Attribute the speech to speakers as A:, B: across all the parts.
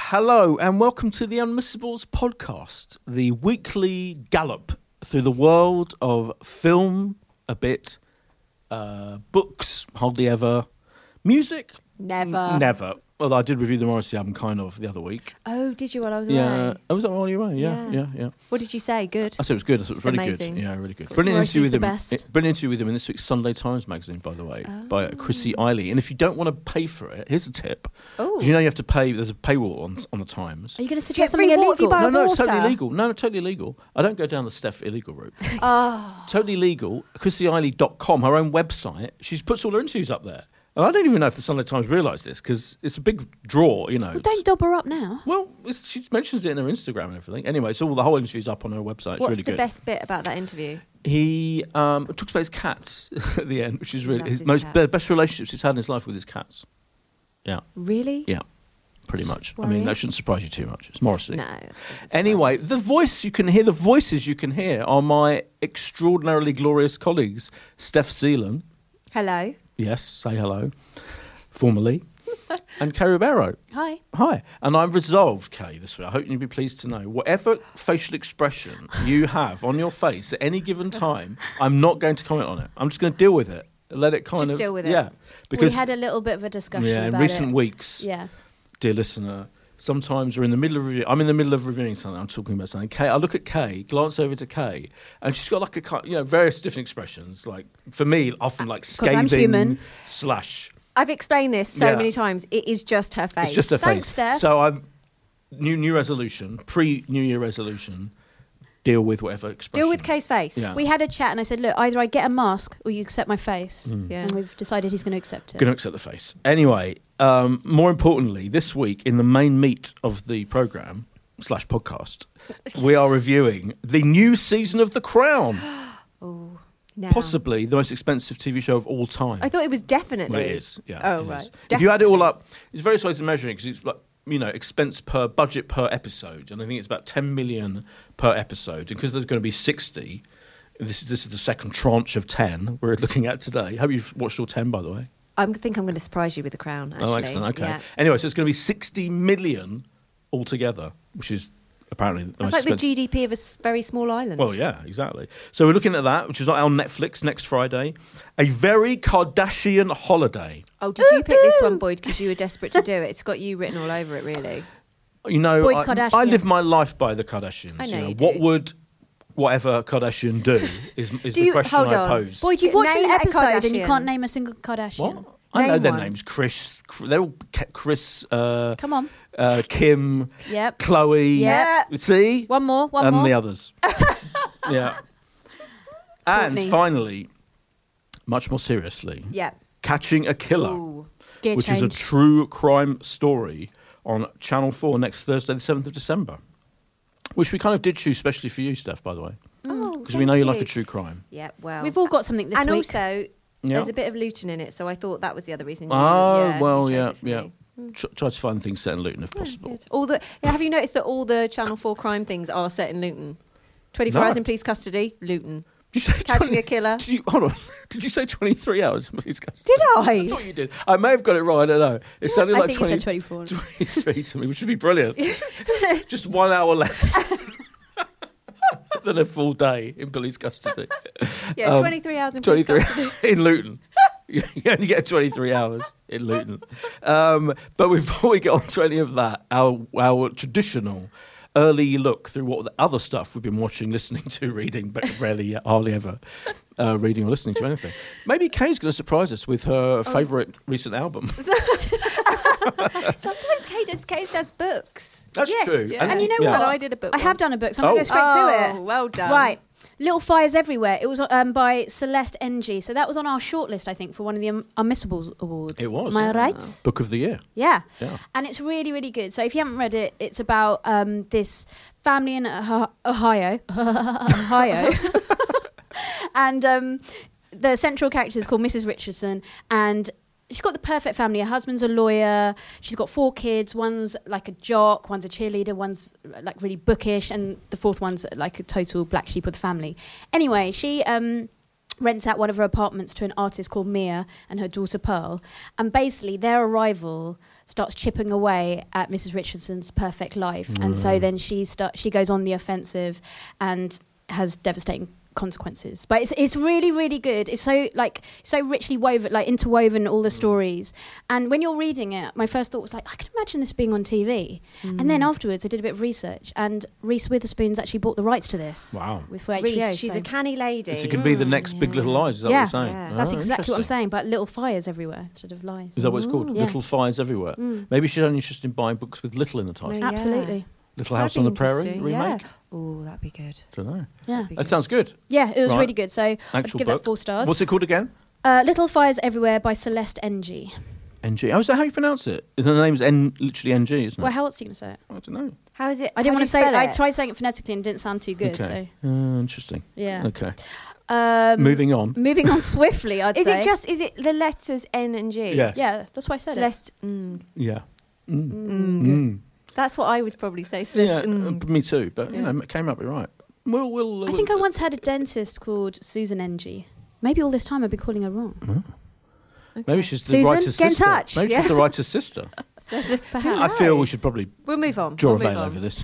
A: Hello, and welcome to the Unmissables podcast, the weekly gallop through the world of film, a bit, uh, books, hardly ever, music,
B: Never.
A: never. Although I did review the Morrissey album kind of the other week.
B: Oh, did you while I was
A: Yeah, Uh,
B: away?
A: oh, was that while you were? away? Yeah, yeah,
B: Yeah.
A: yeah.
B: What did you say? Good.
A: I said it was good. I thought it was
B: It's
A: really
B: amazing.
A: good. Yeah, really good.
B: Because
A: Brilliant interview with
B: Morrissey's
A: him.
B: the best.
A: eh, Brilliant interview with him in this week's Sunday Times magazine, by the way, by uh, Chrissy Eiley. And if you don't want to pay for it, here's a tip.
B: Oh,
A: 'Cause You know you have to pay. There's a paywall on on the Times.
B: are you going to suggest
C: free
B: something
C: water if
B: illegal?
C: you buy-
A: No, no, it's totally
C: water?
A: legal. No, no, totally legal. I don't go down the Steph illegal route.
C: Oh,
A: totally legal. ChrissyEiley.com, her own website. She puts all her interviews up there. And I don't even know if the Sunday Times realised this because it's a big draw, you know.
C: well, don't dob her up now.
A: Well, it's, she mentions it in her Instagram and everything. Anyway, so all the whole interview's up on her website. It's
C: What's the
A: really good.
C: best bit about that interview?
A: He um, talks about his cats at the end, which is really
C: loves
A: his,
C: his
A: most the
C: cats.
A: best relationships he's had in his life with his cats. Yeah,
C: Really?
A: yeah, pretty much. I mean,
C: Worrying.
A: that shouldn't surprise you too much. It's Morrissey.
C: No. that doesn't surprise
A: Anyway,
C: me.
A: the voice you can hear, the voices you can hear are my extraordinarily glorious colleagues, Steph Seelan,
C: Hello.
A: yes, say hello, formerly, and Kay Ribeiro.
C: Hi.
A: Hi. And I'm resolved, Kay, this way. I hope you'll be pleased to know whatever facial expression you have on your face at any given time, I'm not going to comment on it. I'm just going to deal with it. Let it kind
C: Just
A: of.
C: deal with it.
A: Yeah. Because
C: we had a little bit of a discussion
A: yeah, in
C: about
A: recent
C: it.
A: weeks,
C: Yeah.
A: dear listener, sometimes we're in the middle of review. I'm in the middle of reviewing something. I'm talking about something. Kay, I look at Kay, glance over to Kay, and she's got like a ki- you know various different expressions. Like for me, often like
C: Uh, 'Cause
A: scathing
C: I'm human.
A: slash.
C: I've explained this so
A: Yeah.
C: many times. It is just her face.
A: It's just a
C: Thanks,
A: face.
C: Steph.
A: So I'm new new resolution, pre New Year resolution. Deal with whatever expression.
C: Deal with Kay's face.
A: Yeah.
C: We had a chat and I said, look, either I get a mask or you accept my face.
A: Mm.
B: Yeah.
C: And we've decided he's going to accept it.
A: Going to accept the face. Anyway, um, more importantly, this week in the main meat of the program slash podcast, we are reviewing the new season of The Crown.
C: Oh, now.
A: possibly the most expensive TV show of all time.
C: I thought it was definitely.
A: Well, it is. Yeah.
C: Oh,
A: it is.
C: right.
A: If you add it all up, there's various ways of measuring because it's like you know expense per budget per episode, and I think it's about 10 million per episode. And because there's going to be 60, this is this is the second tranche of 10 we're looking at today. Hope you've watched all 10, by the way.
C: I think I'm going to surprise you with the crown, actually.
A: oh, excellent. Okay.
C: Yeah.
A: Anyway, so it's going to be 60 million altogether, which is apparently the
C: That's
A: most
C: like the
A: expensive.
C: GDP of a s- very small island.
A: Well, yeah, exactly. So we're looking at that, which is on Netflix next Friday. A very Kardashian holiday.
C: Oh, did you pick this one, Boyd, because you were desperate to do it? It's got you written all over it, really.
A: You know,
C: Boyd
A: I,
C: Kardashian.
A: I live my life by the Kardashians.
C: I know you do.
A: what would whatever Kardashian do is,
C: Do
A: is the
C: you-
A: question
C: hold
A: I
C: on.
A: pose.
B: Boyd, you've
C: Name
B: watched an
C: a
B: episode and you
C: Kardashian.
B: can't name a single Kardashian.
A: what? I know
C: Name
A: their
C: one.
A: names. Chris, they're all K- Chris, uh,
B: Come on.
A: uh, Kim,
B: Yep.
A: Chloe.
B: Yeah.
A: See,
B: One more. One
A: and
B: more.
A: the others. yeah. And
B: Courtney.
A: finally, much more seriously,
C: Yeah.
A: catching a killer.
C: Ooh.
B: Gear
A: which
B: change.
A: is a true crime story on Channel 4 next Thursday, the 7th of December. Which we kind of did choose, especially for you, Steph, by the way.
C: Oh,
A: Because we know you like a
C: thank
A: true crime.
C: Yeah, well.
B: We've all got something this
C: and
B: week.
C: also,
A: Yeah.
C: there's a bit of Luton in it, so I thought that was the other reason. You,
A: oh,
C: yeah, you
A: well,
C: chose
A: yeah,
C: it for
A: yeah.
C: me.
A: Tr- try to find things set in Luton if possible.
C: Good. All the yeah, have you noticed that all the Channel Four crime things are set in Luton? Twenty-four
A: No.
C: hours in police custody, Luton.
A: Did you say
C: Catching a killer.
A: Did you, hold on. Did you say 23 hours? Please go.
C: Did
A: I
C: I?
A: thought you did. I may have got it wrong. I don't know. It sounded
B: I
A: like
B: think
A: 20,
B: you said 24.
A: 23 to me, which would be brilliant. Just one hour less than a full day in police custody.
C: Yeah,
A: Um,
C: twenty-three hours in police
A: 23
C: custody.
A: in Luton. you only get 23 hours in Luton. Um, but before we get on to any of that, our, our traditional early look through what the other stuff we've been watching, listening to, reading, but rarely, hardly ever uh, reading or listening to anything. Maybe Kay's going to surprise us with
B: Oh.
A: her favourite recent album.
C: Sometimes Kay does, Kay does books.
A: That's
B: Yes,
A: true.
B: yeah.
C: And you know
A: yeah.
C: what?
B: Well,
C: I did a book.
B: I have
C: once.
B: done a book, so I'm going
A: Oh.
B: to go straight to
C: Oh,
B: it.
C: well done.
B: Right. Little Fires Everywhere. It was um, by Celeste NG. So that was on our shortlist, I think, for one of the um, Unmissables Awards.
A: It was.
B: Am I right?
A: Book of the Year.
B: Yeah.
A: Yeah.
B: And it's really, really good. So if you haven't read it, it's about um, this family in Ah- Ohio. Ohio. and um, the central character is called Mrs. Richardson. And she's got the perfect family. Her husband's a lawyer. She's got four kids. One's like a jock, one's a cheerleader, one's like really bookish. And the fourth one's like a total black sheep of the family. Anyway, she. Um, rents out one of her apartments to an artist called Mia and her daughter Pearl. And basically, their arrival starts chipping away at Mrs. Richardson's perfect life. And so then she start, she goes on the offensive and has devastating consequences. But it's it's really really good. It's so like so richly woven, like interwoven all the stories. And when you're reading it, my first thought was like, I can imagine this being on TV. And then afterwards, I did a bit of research, and Reese Witherspoon's actually bought the rights to this.
A: Wow.
B: With for HBO,
D: Reese, she's
B: so-
D: E a canny lady.
A: So it could be the next Big Little Lies. Is that
B: Yeah.
A: what you're saying?
D: Yeah.
B: That's
A: Oh,
B: exactly what I'm
A: interesting.
B: saying, but little fires everywhere instead of lies.
A: Is that what it's called?
B: Yeah. Hmm.
A: Little fires everywhere. Maybe she's only interested in buying books with little in the title.
C: Maybe. Yeah.
B: Absolutely.
A: Little House on the Prairie remake.
D: Oh, that'd be good.
A: Don't know.
B: Yeah.
A: That sounds good.
B: Yeah, it was
A: Right.
B: really good. So I'd
A: Actual
B: give
A: book.
B: that four stars.
A: What's it called again?
B: Uh, Little Fires Everywhere by Celeste NG.
A: NG. Oh, is that how you pronounce it? The name's N, literally NG, isn't it?
B: Well, how else are you going to say it?
A: I don't know.
D: How is it?
B: I didn't
D: how do
B: want
D: you
B: to say
D: spell
B: I
D: it?
B: tried saying it phonetically and it didn't sound too good.
A: okay. Uh, interesting.
B: So, yeah.
A: Okay.
B: Um,
A: Moving on.
B: moving on swiftly, I'd
D: Is
B: say.
D: it just? Is it the letters N and G?
A: Yes.
B: Yeah, that's why I said
D: Celeste. Mm.
A: Yeah. Mm.
B: it.
D: Mm.
A: Mm.
C: That's what I would probably say.
A: Yeah,
C: Celeste. mm.
A: uh, me too. But you
C: Yeah.
A: know, it came up right. Well, we'll. uh,
B: I think I once had a dentist called Susan NG. Maybe all this time I've been calling her wrong.
A: Maybe she's the
B: Susan,
A: writer's
B: get in
A: sister.
B: touch.
A: Maybe
D: Yeah.
A: she's the writer's sister.
D: Celeste.
B: Perhaps.
A: I feel we
D: knows?
A: should probably
C: We'll move on.
A: draw
C: we'll
A: a
C: move
A: veil
C: on.
A: over this.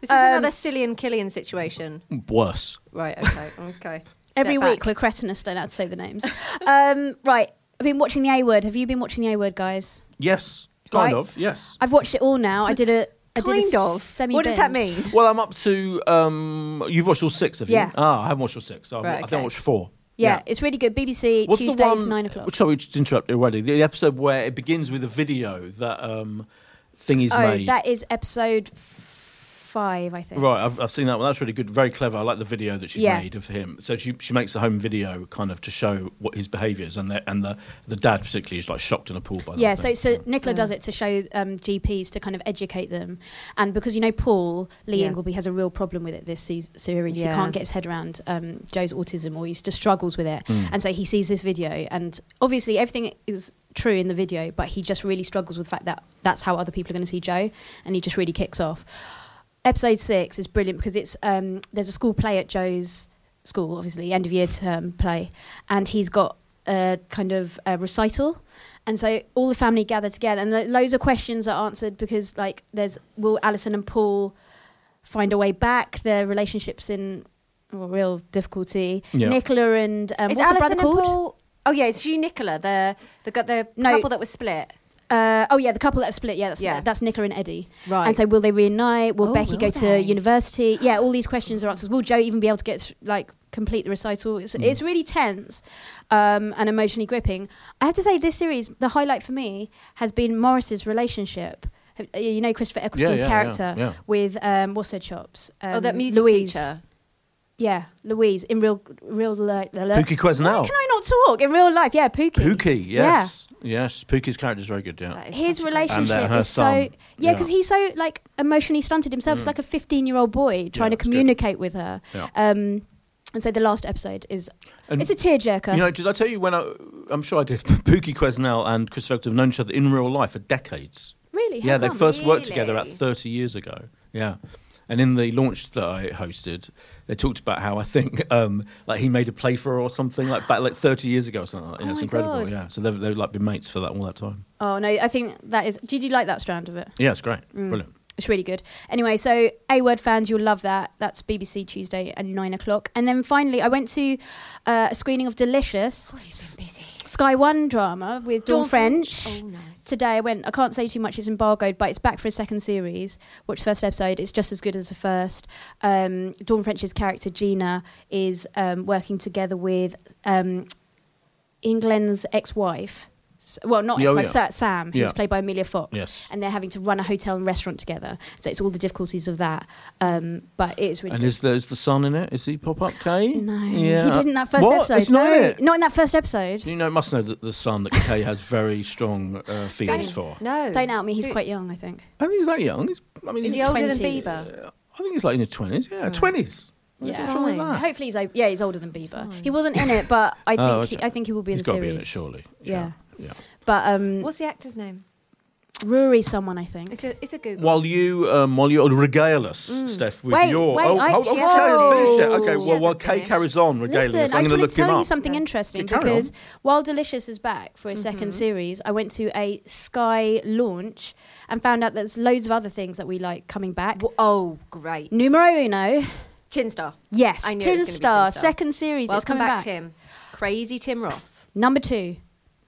C: This is
B: Um,
C: another silly and Killian situation.
A: Worse.
C: Right. Okay. Okay.
B: Every
C: Step back.
B: week we're cretinous, don't have to say the names. um, right, I've been watching the A word. Have you been watching the A word, guys?
A: Yes. Kind
B: Right.
A: of. Yes.
B: I've watched it all now. I did a. I did
C: Kind
B: a
C: of.
B: Semi
C: What does that mean?
A: Well, I'm up to. Um, you've watched all six, have you?
B: Yeah.
A: Ah, I haven't watched all six. I've,
C: Right,
A: I think I
C: okay.
A: watched four.
B: Yeah, it's really good. BBC
A: What's the
B: Tuesdays,
A: one-
B: nine o'clock.
A: Sorry, we just interrupted already. The episode where it begins with a video that um, thing is
B: oh,
A: made.
B: that is episode f- five, I think.
A: Right, I've, I've seen that one. That's really good, very clever. I like the video that she
B: Yeah.
A: made of him. So she she makes a home video kind of to show what his behaviour is, and the and the the dad particularly is like shocked and appalled by that.
B: Yeah, so,
A: thing.
B: so Nicola does it to show um, GPs to kind of educate them, and because you know Paul Lee
C: Yeah.
B: Ingleby has a real problem with it this se- series.
C: Yeah.
B: He can't get his head around um, Joe's autism, or he just struggles with it,
A: Hmm.
B: and so he sees this video, and obviously everything is true in the video, but he just really struggles with the fact that that's how other people are going to see Joe, and he just really kicks off. Episode six is brilliant because it's um, there's a school play at Joe's school, obviously end of year term play, and he's got a kind of a recital. And so all the family gather together, and like, loads of questions are answered because, like, there's will Alison and Paul find a way back? Their relationships in well, real difficulty.
A: Yeah.
B: Nicola and um,
C: is
B: what's the
C: Alison and
B: brother called?
C: Paul? Oh yeah, it's she Nicola, the the gu- the
B: No.
C: couple that was split.
B: Uh, oh yeah, the couple that have split. Yeah, that's
C: Yeah.
B: that's Nicola and Eddie.
C: Right.
B: And so will they reunite? Will
C: Oh,
B: Becky
C: will
B: go
C: they?
B: to university? Yeah, all these questions are answered. Will Joe even be able to get th- like complete the recital? It's, it's really tense um, and emotionally gripping. I have to say, this series, the highlight for me has been Morris's relationship. Have- uh, You know Christopher Eccleston's
A: yeah, yeah,
B: character
A: yeah.
B: with um, what's her chops? Um,
C: oh, that music
B: Louise.
C: teacher.
B: Yeah, Louise in real, real like.
A: Pookie Quesnel.
B: Can I not talk in real life? Yeah, Pookie.
A: Pookie, yes, yes. Pookie's character is very good. Yeah.
C: That is
B: his
C: such a great-
A: And, uh,
B: relationship
A: her
B: is
A: son.
B: so yeah
A: Yeah.
B: because he's so like emotionally stunted himself it's like a 15 year old boy trying to
A: it's good.
B: communicate with her
A: Yeah.
B: um and so the last episode is
A: And-
B: it's a tearjerker
A: You know, did I tell you when I? I'm sure I did. Pookie Quesnel and Chris Eccleston have known each other in real life for decades.
B: really How
A: yeah, they
B: come?
A: first worked together about
C: Really?
A: 30 years ago. Yeah. And in the launch that I hosted, they talked about how I think um, like he made a play for her or something like back like 30 years ago or something. Like that. Yeah,
B: Oh
A: it's
B: my
A: incredible.
B: God.
A: Yeah. So they've, they've like been mates for that all that time.
B: oh no i think that is did you like that strand of it
A: Yeah, it's great.
B: Mm.
A: Brilliant.
B: it's really good anyway so a word fans you'll love that that's bbc tuesday at nine o'clock and then finally i went to uh, a screening of delicious
D: You've been busy.
B: sky one drama with dawn,
C: Dawn
B: french,
C: French. Oh, nice.
B: today i went i can't say too much it's embargoed but it's back for a second series watch the first episode it's just as good as the first um, dawn french's character gina is um, working together with um, england's ex-wife S- well, not
A: Yeah, oh,
B: ex-wife,
A: yeah.
B: Sa- Sam, who's
A: Yeah.
B: played by Amelia Fox,
A: Yes.
B: and they're having to run a hotel and restaurant together. So it's all the difficulties of that. Um, but it is really
A: And
B: good.
A: is there, is the son in it? Is he pop up Kay?
B: no,
A: Yeah.
B: he didn't in that first
A: What?
B: episode.
A: It's not
B: no,
A: in it.
B: not in that first episode.
A: You know, must know that the son that Kay has very strong uh, feelings for.
C: No.
B: Don't out me. He's
C: Who-
B: quite young, I think.
A: I think he's that young. He's, I mean,
C: Is he
A: he's,
B: old?
C: older than
B: 20s.
C: Bieber?
A: I think he's like in his 20s. Yeah, 20s. What's
B: Yeah.
A: wrong with
C: Fine.
A: that?
B: Hopefully he's o- yeah he's older than Bieber. He wasn't in it, but I think
A: Oh,
B: he,
A: okay.
B: I think he will be in
A: He's
B: the
A: got to
B: series.
A: be in it, surely.
B: Yeah.
A: Yeah.
B: But um,
C: What's the actor's name?
B: Rory someone, I think.
C: It's a it's a Google.
A: While you, um, while you regale us, Steph, with
B: Wait,
A: your.
B: wait,
A: oh,
B: I-
A: hold on,
B: she
A: I'll tell you to finish it.
B: hasn't-
A: Okay,
C: she
A: well, while
C: hasn't
A: Kay
C: finished.
A: carries on regaling us,
B: Listen, I
A: I'm
B: just
A: going to
B: want
A: look
B: to
A: him
B: tell you
A: up.
B: something
C: Yeah.
B: interesting
A: Yeah, carry on. Mm-hmm.
B: because while Delicious is back for a 2nd series, I went to a Sky launch and found out there's loads of other things that we like coming back.
D: W- Oh, great.
B: Numero uno,
D: Tin Star.
B: yes,
C: I knew it was
B: Tin
C: gonna be Tin
B: Star,
C: Star.
B: second series, it's
C: Welcome
B: coming
C: back,
B: back.
C: Tim. Crazy Tim Roth.
B: Number two,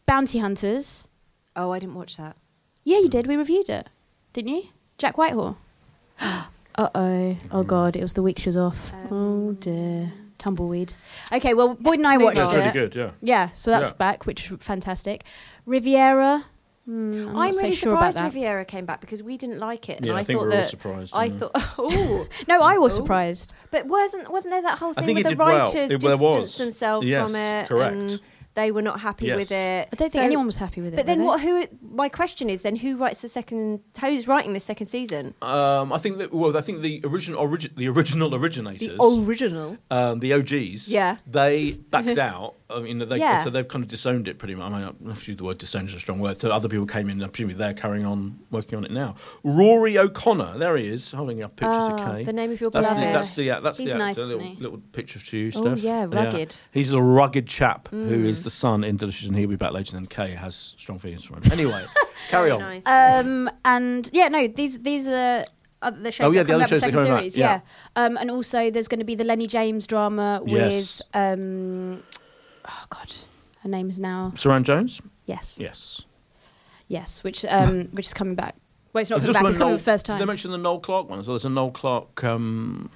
B: Bounty Hunters.
D: Oh, I didn't watch that.
B: Yeah, you did. We reviewed it, didn't you? Jack Whitehall. uh oh. Oh god, it was the week she was off. oh dear. Tumbleweed. Okay, well, Boyd and I
C: move
B: watched
A: Yeah, it's
C: on.
A: really
B: it.
A: good, yeah.
B: Yeah, so that's
A: Yeah.
B: back, which is fantastic. Riviera. Hmm, I'm,
D: I'm,
B: not so
D: really
B: sure about
D: surprised
B: that.
D: Riviera came back because we didn't like it.
A: Yeah, I,
D: I,
A: think
D: thought
A: we're all
D: that.
A: surprised.
D: I
A: yeah.
D: thought, oh,
B: no, I was
D: Oh.
B: surprised.
D: but wasn't wasn't there that whole
A: I
D: thing
A: think
D: with
A: it
D: the
A: did well.
D: writers
A: It- there
D: distanced
A: was.
D: themselves
A: Yes,
D: from it?
A: correct.
D: And they were not happy
A: Yes.
D: with it.
B: I don't
D: So-
B: think anyone was happy with it.
D: But then,
B: were
D: what?
B: they?
D: Who? My question is, then, who writes the second? Who's writing the second season?
A: Um, I think that well, I think the original, origi- the original originators,
D: original.
A: um, the OGs,
D: Yeah.
A: they backed out. I mean, they,
D: Yeah.
A: so they've kind of disowned it pretty much. I mean, I don't know if you- the word disowned is a strong word. So other people came in. and Presumably they're carrying on working on it now. Rory O'Connor, there he is, holding up pictures
D: Ah,
A: of Kay.
D: the name of your
A: that's the,
D: beloved.
A: that's the uh, that's
B: He's
A: the, uh,
B: nice,
A: the
B: isn't
A: little,
B: he?
A: little picture of you, Steph.
D: Oh, yeah, rugged.
A: He's a rugged chap
B: Mm.
A: who is the son in Delicious, and he'll be back later. And Kay has strong feelings for him. Anyway, carry on.
D: Nice.
B: Um, and yeah, no, these these are the, uh, the shows
A: Oh, yeah,
B: that
A: the
B: come
A: other
B: up
A: shows that
B: second
A: come back,
B: series.
A: yeah.
B: Yeah, Um, and also there's going to be the Lenny James drama
A: Yes.
B: with um, oh god, her name is now
A: Saran Jones,
B: yes,
A: yes.
B: yes, which um, which is coming back. Well, it's not
A: I've
B: coming
A: just
B: back.
A: read
B: It's coming
A: Noel-
B: for the first
A: Did they
B: time.
A: mention the Noel Clark one as well? There's a Noel Clark um,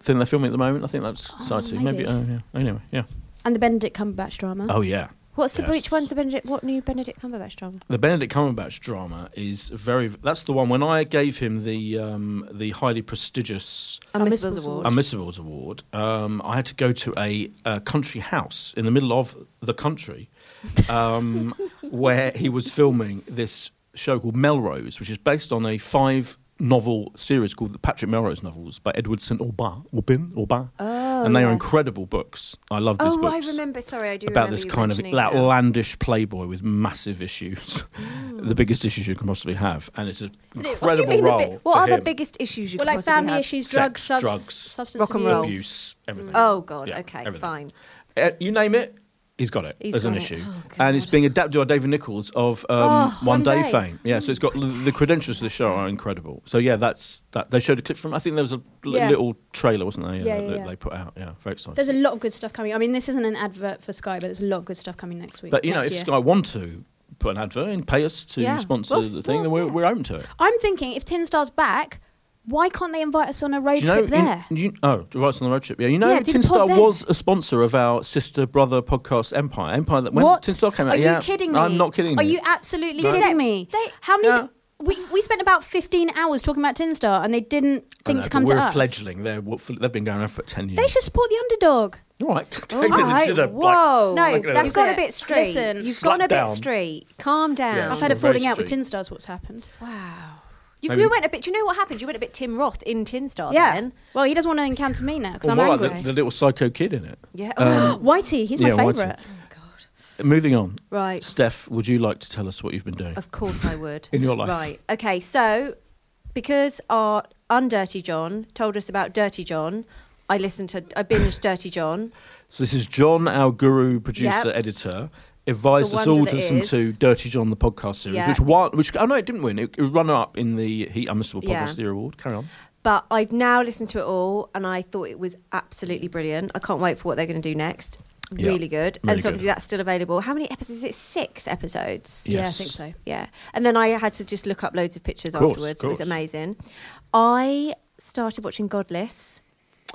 A: thing they're filming at the moment. I think that's side two. Maybe.
B: maybe.
A: Oh, yeah. Anyway, yeah.
B: And the Benedict Cumberbatch drama.
A: Oh, yeah.
D: What's the
A: Yes.
D: which one's the Benedict? What new Benedict Cumberbatch drama?
A: The Benedict Cumberbatch drama is very. That's the one when I gave him the um, the highly prestigious
B: Unmissables
D: Unmissables Award.
B: Award.
A: Unmissables Award. Um, I had to go to a, uh country house in the middle of the country um, where he was filming this show called Melrose, which is based on a five novel series called the Patrick Melrose novels by Edward St. Aubin, Aubin, Aubin.
D: Oh,
A: and they are
D: yeah.
A: incredible books. I love these
D: Oh,
A: books
D: I remember. Sorry, I do
A: about
D: remember
A: this
D: you
A: kind of
D: mentioning that.
A: outlandish playboy with massive issues, the biggest issues you can possibly have, and it's an
D: What, do you
A: incredible
D: mean the
A: role.
D: bi- what
A: for
D: are
A: him.
D: the biggest issues you
B: well,
D: could
B: like
D: possibly
B: family
D: have?
B: issues,
A: Sex,
B: drugs, subs-
A: drugs,
B: substance
D: rock and
B: abuse.
D: roll.
A: abuse, everything?
D: Oh God.
A: Yeah,
D: okay,
A: everything.
D: fine.
A: Uh, you name it, he's got it
D: He's
A: as an
D: got it.
A: issue,
D: Oh,
A: and it's
D: God.
A: being adapted by David Nichols of um,
D: Oh,
A: One
D: One
A: Day,
D: Day.
A: fame. Yeah, so it's got
B: Mm.
A: l- the credentials for the show are incredible. So yeah, that's that. They showed a clip from. I think there was a l-
B: Yeah.
A: little trailer, wasn't there?
B: Yeah,
A: that,
B: yeah,
A: that
B: yeah.
A: they put out. Yeah, very exciting.
B: There's a lot of good stuff coming. I mean, this isn't an advert for Sky, but there's a lot of good stuff coming next week.
A: but you know,
B: next
A: if
B: year.
A: Sky want to put an advert and pay us to
D: Yeah.
A: sponsor
D: Well,
A: the thing, then we're,
D: well, yeah.
A: we're open to it.
B: I'm thinking if Tin Star's back, why can't they invite us on a
A: Do
B: road
A: you know,
B: trip there?
A: in- you- oh, right on the road trip. Yeah, you know,
B: Yeah, do the
A: Tinstar
B: pod there.
A: was a sponsor of our sister brother podcast, Empire. Empire that when
B: what?
A: Tinstar came out.
B: Are
A: yeah,
B: you kidding me?
A: I'm not kidding.
B: Are you absolutely
A: No.
B: kidding me?
D: They-
B: How many?
A: Yeah.
B: t- we we spent about 15 hours talking about Tin Star, and they didn't
A: I
B: think
A: know,
B: to
A: uh, but
B: come
A: we're
B: to
A: a
B: us.
A: fledgling. They're, what, fl- they've been going around for ten years.
B: They should support the underdog.
A: All right.
D: All right. Whoa.
B: No,
A: at
B: that's
A: that.
D: You've gone
B: it.
D: a bit straight.
B: Listen,
D: You've
A: Slack
D: gone a bit
A: down.
D: straight. Calm down.
A: Yeah,
B: I've
A: I've
B: had a
A: been very
B: falling out with
A: strict.
B: Tin Star's. What's happened?
D: Wow. You,
A: Maybe-
D: you went a bit. Do you know what happened? You went a bit Tim Roth in Tin Star.
B: yeah.
D: Then.
B: Well, he doesn't want to encounter me now because
A: Or
B: I'm
A: more like
B: angry.
A: the, the little psycho kid in it.
D: Yeah.
A: Um,
B: Whitey, he's my
A: Yeah, Whitey.
B: favourite.
D: oh God.
A: Moving on.
D: Right.
A: Steph, would you like to tell us what you've been doing
D: Of course I would.
A: in your life?
D: Right. Okay. So, because our undirty John told us about Dirty John, I listened to. I binged Dirty John.
A: So this is John, our guru, producer,
D: Yep.
A: editor, advised
D: The
A: us
D: wonder
A: all
D: that
A: to listen
D: is.
A: to Dirty John, the podcast series,
D: Yeah.
A: which won, which oh no, it didn't win. It, it run up in the Heat Unmissable Podcast
D: Yeah.
A: of the Year award. Carry on.
D: But I've now listened to it all, and I thought it was absolutely brilliant. I can't wait for what they're going to do next.
A: Yeah,
D: Really good.
A: really
D: and so obviously
A: good.
D: that's still available. How many episodes? Is it six episodes?
B: Yeah, I
A: Yes.
B: think so.
D: Yeah. And then I had to just look up loads of pictures
A: Course,
D: afterwards. It was
A: course.
D: amazing. I started watching Godless,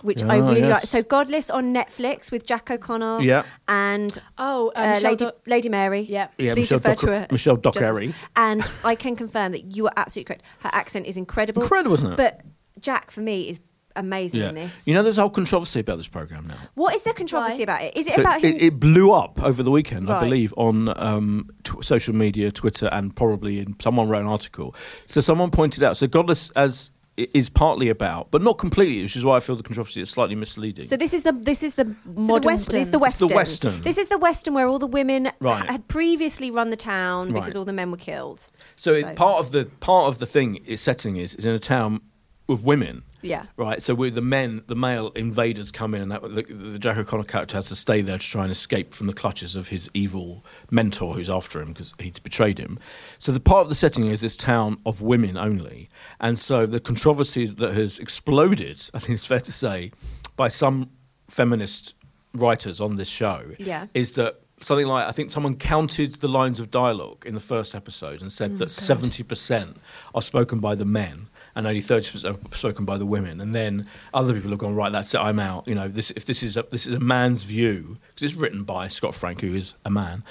D: which I
A: Ah,
D: really
A: yes.
D: like. So Godless on Netflix with Jack O'Connell
A: Yeah.
D: and
B: Oh, um,
D: uh,
B: Michelle
D: Lady,
B: Do-
D: Lady Mary.
B: Yeah.
A: Yeah,
D: Please
A: Michelle
D: refer
A: Docker-
D: to her.
A: Michelle
D: just as-
A: Dockery.
D: And I can confirm that you are absolutely correct. Her accent is incredible.
A: Incredible, isn't it?
D: But Jack, for me, is amazing in
A: Yeah.
D: this.
A: You know, there's a whole controversy about this program now.
D: what is the controversy
B: Why?
D: about it? Is it
A: So
D: about him?
A: it, it blew up over the weekend, I
D: Right.
A: believe, on um, tw- social media, Twitter, and probably in someone wrote an article. So someone pointed out. So Godless, as i- is partly about, but not completely, which is why I feel the controversy is slightly misleading.
D: So this is the this is the modern
B: Western.
D: This is the
B: It's
A: the
D: western.
A: Western.
D: This is the western where all the women
A: Right.
D: had previously run the town because
A: Right.
D: all the men were killed.
A: So,
D: So-
A: It, part of the part of the thing it's setting is is in a town with women.
D: Yeah.
A: Right. So with the men, the male invaders come in, and that, the, the Jack O'Connor character has to stay there to try and escape from the clutches of his evil mentor, who's after him because he's betrayed him. So the part of the setting is this town of women only, and so the controversies that has exploded, I think it's fair to say, by some feminist writers on this show,
D: Yeah.
A: is that something like I think someone counted the lines of dialogue in the first episode and said that seventy percent are spoken by the men and only thirty percent are spoken by the women. And then other people have gone right. That's it. I'm out. You know, this if this is a, this is a man's view because it's written by Scott Frank, who is a man.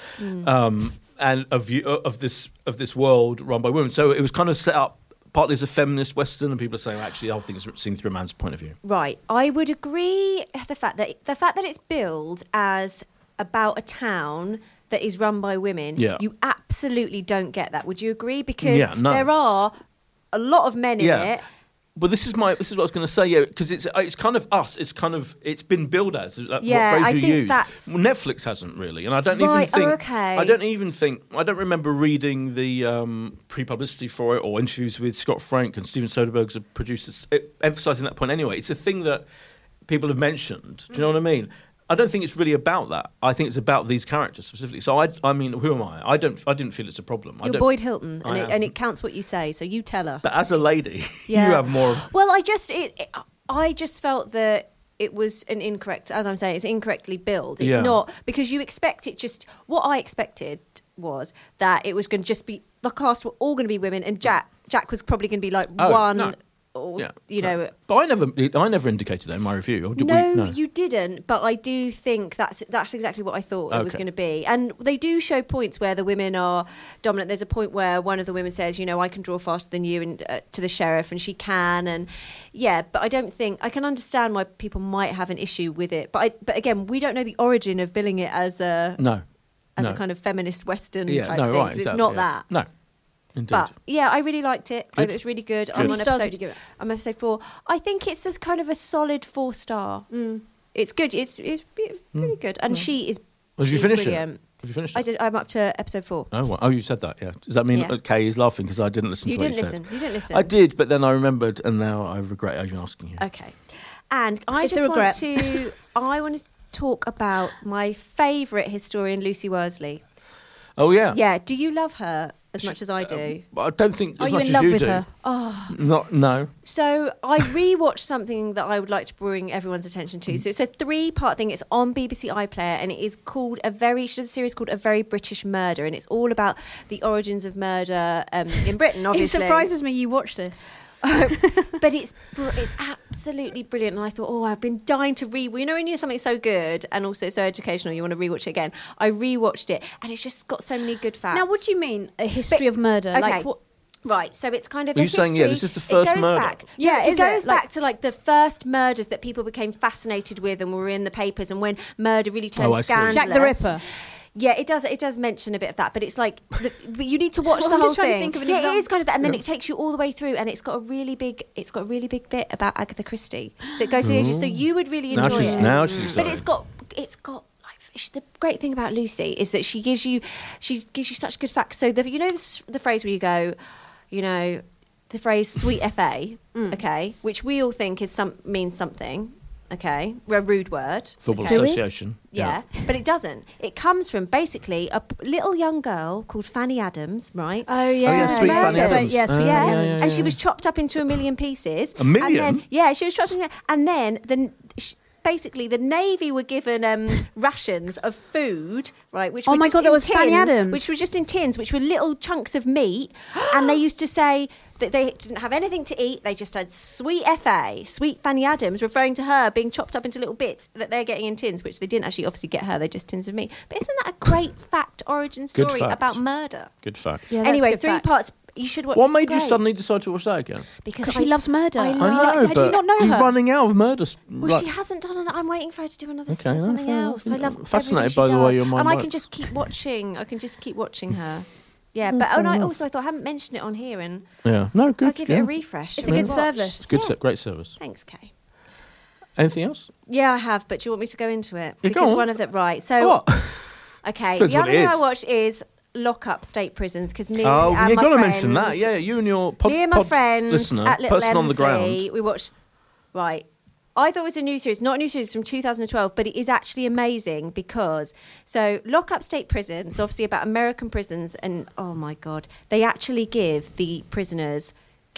A: Um, and of view of this of this world run by women, so it was kind of set up partly as a feminist Western, and people are saying actually the whole thing is seen through a man's point of view.
D: Right. I would agree the fact that the fact that it's billed as about a town that is run by women,
A: Yeah.
D: you absolutely don't get that. Would you agree? Because
A: Yeah, no.
D: there are a lot of men in it.
A: Well, this is my this is what I was going to say. Yeah, because it's it's kind of us. It's kind of it's been billed as. Like
D: Yeah,
A: what phrase
D: I
A: you
D: think
A: used.
D: that's-
A: Well, Netflix hasn't really, and I don't
D: Right,
A: even
D: oh,
A: think.
D: okay.
A: I don't even think. I don't remember reading the um, pre-publicity for it or interviews with Scott Frank and Steven Soderbergh's producers it, emphasizing that point. Anyway, it's a thing that people have mentioned. Do you know what I mean? I don't think it's really about that. I think it's about these characters specifically. So I, I mean, who am I? I don't. I didn't feel it's a problem. I
D: You're
A: don't,
D: Boyd Hilton,
A: I
D: and it,
A: am.
D: and it counts what you say. So you tell us.
A: But as a lady,
D: Yeah.
A: you have more. of-
D: Well, I just it, it- I just felt that it was an incorrect, as I'm saying, it's incorrectly billed. It's
A: Yeah.
D: not because you expect it. Just what I expected was that it was going to just be the cast were all going to be women, and Jack Jack was probably going to be like
A: Oh,
D: one,
A: no.
D: or
A: Yeah,
D: you
A: no.
D: know.
A: But I never, I never indicated that in my review. Or did
D: No,
A: we? no,
D: you didn't. But I do think that's that's exactly what I thought it was
A: Okay.
D: going to be. And they do show points where the women are dominant. There's a point where one of the women says, "You know, I can draw faster than you," and uh, to the sheriff, and she can. And yeah, but I don't think I can understand why people might have an issue with it. But I, but again, we don't know the origin of billing it as a
A: no,
D: as
A: no.
D: a kind of feminist Western
A: yeah,
D: type
A: no,
D: thing.
A: right,
D: 'cause
A: exactly,
D: it's not
A: yeah.
D: that.
A: No, indeed.
D: But yeah, I really liked it. I,
A: Good.
D: it was really good.
A: Good.
D: I'm
A: How
D: on
B: many stars
D: episode,
B: would you give it?
D: I'm episode four. I think it's just kind of a solid four star.
B: Mm.
D: It's good. It's it's be- really good. And she is.
A: Well, Mm. Oh, did you
D: she's
A: finish
D: brilliant.
A: it? Have you finished it?
D: I did. I'm up to episode four.
A: Oh, well, oh, you said that. Yeah. Does that mean
D: Yeah.
A: okay? He's laughing because I didn't listen
D: You
A: to
D: didn't
A: what he
D: listen.
A: said.
D: You didn't listen.
A: I did, but then I remembered, and now I regret even asking you.
D: Okay. And I
B: It's a
D: just want
B: regret.
D: to. I want to talk about my favourite historian, Lucy Worsley.
A: Oh yeah.
D: Yeah. Do you love her as much as I do?
A: But I don't think as
B: Are Oh, you
A: much
B: in
A: as
B: love
A: you
B: with
A: do.
B: her?
A: Not no.
D: So I rewatched something that I would like to bring everyone's attention to. So it's a three-part thing. It's on BBC iPlayer, and it is called a very. She does a series called A Very British Murder, and it's all about the origins of murder um, in Britain. Obviously, Uh,
B: It surprises me you watch this.
D: but it's br- it's absolutely brilliant. And I thought, oh, I've been dying to re. You know, when you're something so good and also so educational, you want to rewatch it again. I rewatched it, and it's just got so many good facts.
B: Now, what do you mean a history of murder?
D: Okay.
B: Like what?
D: Right, so it's kind of.
A: Are
D: a
A: you saying, yeah,
D: history-
A: this is the first
D: it goes
A: murder?
D: Back,
B: Yeah,
D: yeah, it
B: is it?
D: goes back
B: Like-
D: to like the first murders that people became fascinated with and were in the papers, and when murder really turned
A: Oh, I see.
D: scandalous.
B: Jack the Ripper.
D: Yeah, it does. It does mention a bit of that, but it's like the, but you need to watch
B: Well,
D: the
B: I'm
D: whole
B: just trying to
D: thing.
B: think of an
D: yeah, it
B: example.
D: is kind of that, and then it takes you all the way through, and it's got a really big. It's got a really big bit about Agatha Christie, so it goes to the edges. So you would really
A: Oh. Now
D: enjoy
A: she's
D: it.
A: now she's.
D: But
A: excited.
D: it's got it's got like, sh- the great thing about Lucy is that she gives you she gives you such good facts. So the you know the, s- the phrase where you go, you know, the phrase "sweet fa," okay, which we all think is some means something, okay, a rude word.
A: Football
D: okay?
B: Do we?
A: Association.
D: Yeah, but it doesn't. It comes from basically a p- little young girl called Fanny Adams, right?
B: Oh yeah,
A: yeah, Sweet Fanny
B: Yes,
A: Adams.
B: yes,
A: Oh,
B: Sweet
A: yeah,
D: yeah.
B: Fanny Adams.
A: yeah,
D: and she was chopped up into a million pieces.
A: A million?
D: And then, yeah, she was chopped into. And then the sh- basically the navy were given um, rations of food, right? Which
B: Oh
D: were
B: my
D: just
B: God,
D: in
B: that was Fanny
D: tin-
B: Adams.
D: which were just in tins, which were little chunks of meat, and they used to say. That they didn't have anything to eat. They just had sweet FA, sweet Fanny Adams, referring to her being chopped up into little bits that they're getting in tins, which they didn't actually obviously get her. They're just tins of meat. But isn't that a great fact origin story
A: fact.
D: about murder?
A: Good fact.
B: Yeah, that's
D: anyway,
B: good
D: three
B: fact.
D: parts. You should watch.
A: What
D: it's
A: made you
D: great.
A: suddenly decide to watch that again?
D: Because
B: Because
D: I
B: she loves murder.
D: I
A: I
D: love-
A: know,
D: I did
A: but
D: not know
A: you're
D: her.
A: running out of murders.
D: Well,
A: right.
D: she hasn't done it. I'm waiting for her to do another
A: Okay,
D: s- something
A: fair enough.
D: else. I love
A: Fascinated
D: everything she
A: by the way
D: does.
A: your mind
D: and I can
A: works.
D: just keep watching. I can just keep watching her. Yeah, but and I
B: Mm-hmm.
D: also I thought I haven't mentioned it on here, and
A: Yeah. No, good.
D: I'll give
A: yeah.
D: it a refresh.
B: It's
D: and
B: a good
D: watch.
B: service.
A: It's good,
D: Yeah.
A: se- great service.
D: Thanks, Kay.
A: Anything else?
D: Yeah, I have, but do you want me to go into it?
A: Yeah, go
D: because
A: on. Oh,
D: one of the right. So
A: what?
D: okay,
A: Depends
D: the
A: what
D: other
A: it
D: thing I
A: is.
D: watched is lock up state prisons because me
A: Oh,
D: and
A: you're
D: my
A: going to
D: friends,
A: mention that. Yeah, you and your pod,
D: me and my
A: pod
D: friends
A: listener,
D: at Little
A: person on the
D: Emsley,
A: ground.
D: we watched. Right. I thought it was a new series, not a new series it's from 2012, but it is actually amazing because so lock up state prisons, obviously about American prisons, and oh my god, they actually give the prisoners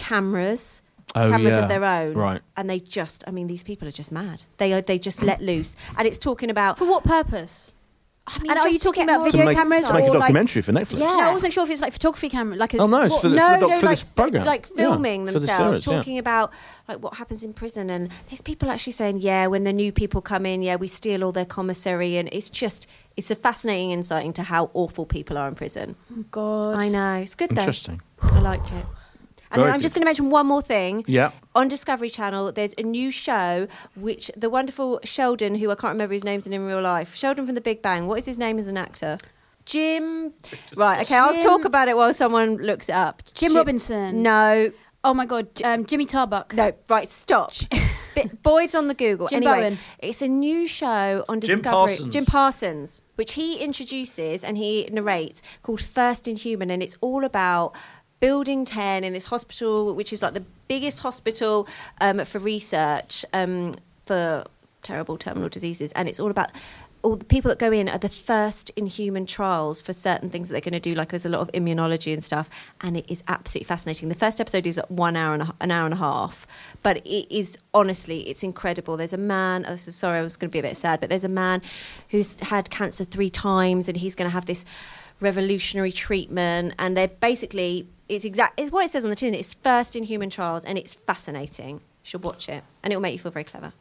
D: cameras,
A: Oh,
D: cameras
A: yeah.
D: of their own,
A: Right.
D: And they just, I mean, these people are just mad. They are, they just let loose, and it's talking about.
B: For what purpose?
D: I mean,
B: And are
D: just
B: you
D: to
B: talking
D: get
B: about
D: more
A: To
B: video
A: make,
B: cameras
A: to make a
B: or, like-
A: documentary for Netflix.
D: Yeah.
B: No, I wasn't sure if it's like photography camera, like a
A: Oh, no, it's
B: what-
A: for the-
D: no,
A: doc-
D: no,
A: for
D: like,
A: this programme.
D: like
A: Yeah,
D: filming
A: for the
D: themselves,
A: series, yeah.
D: talking about like what happens in prison, and there's people actually saying, yeah, when the new people come in, yeah, we steal all their commissary, and it's just, it's a fascinating insight into how awful people are in prison.
B: Oh, God.
D: I know, it's good though.
A: Interesting.
D: I liked it. And
A: Very
D: then I'm just
A: good.
D: going to mention one more thing.
A: Yeah.
D: On Discovery Channel, there's a new show which the wonderful Sheldon, who I can't remember his name's in in real life, Sheldon from The Big Bang. What is his name as an actor? Jim. Right. Okay. I'll
B: Jim-
D: talk about it while someone looks it up.
B: Jim Robinson.
D: No.
B: Oh, my God. Um, Jimmy Tarbuck.
D: No. Right. Stop. Bi- Boyd's on the Google.
B: Jim
D: anyway,
B: Bowen.
D: it's a new show on
A: Jim
D: Discovery.
A: Parsons.
D: Jim Parsons, which he introduces and he narrates, called First in Human, and it's all about Building 10 in this hospital, which is like the biggest hospital um, for research um, for terrible terminal diseases, and it's all about. All the people that go in are the first in human trials for certain things that they're going to do. Like there's a lot of immunology and stuff, and it is absolutely fascinating. The first episode is one hour and a, an hour and a half, but it is honestly it's incredible. There's a man. Oh, so sorry, I was going to be a bit sad, but there's a man who's had cancer three times, and he's going to have this revolutionary treatment. And they're basically it's exact. It's what it says on the tin. It's first in human trials, and it's fascinating. You should watch it, and it will make you feel very clever.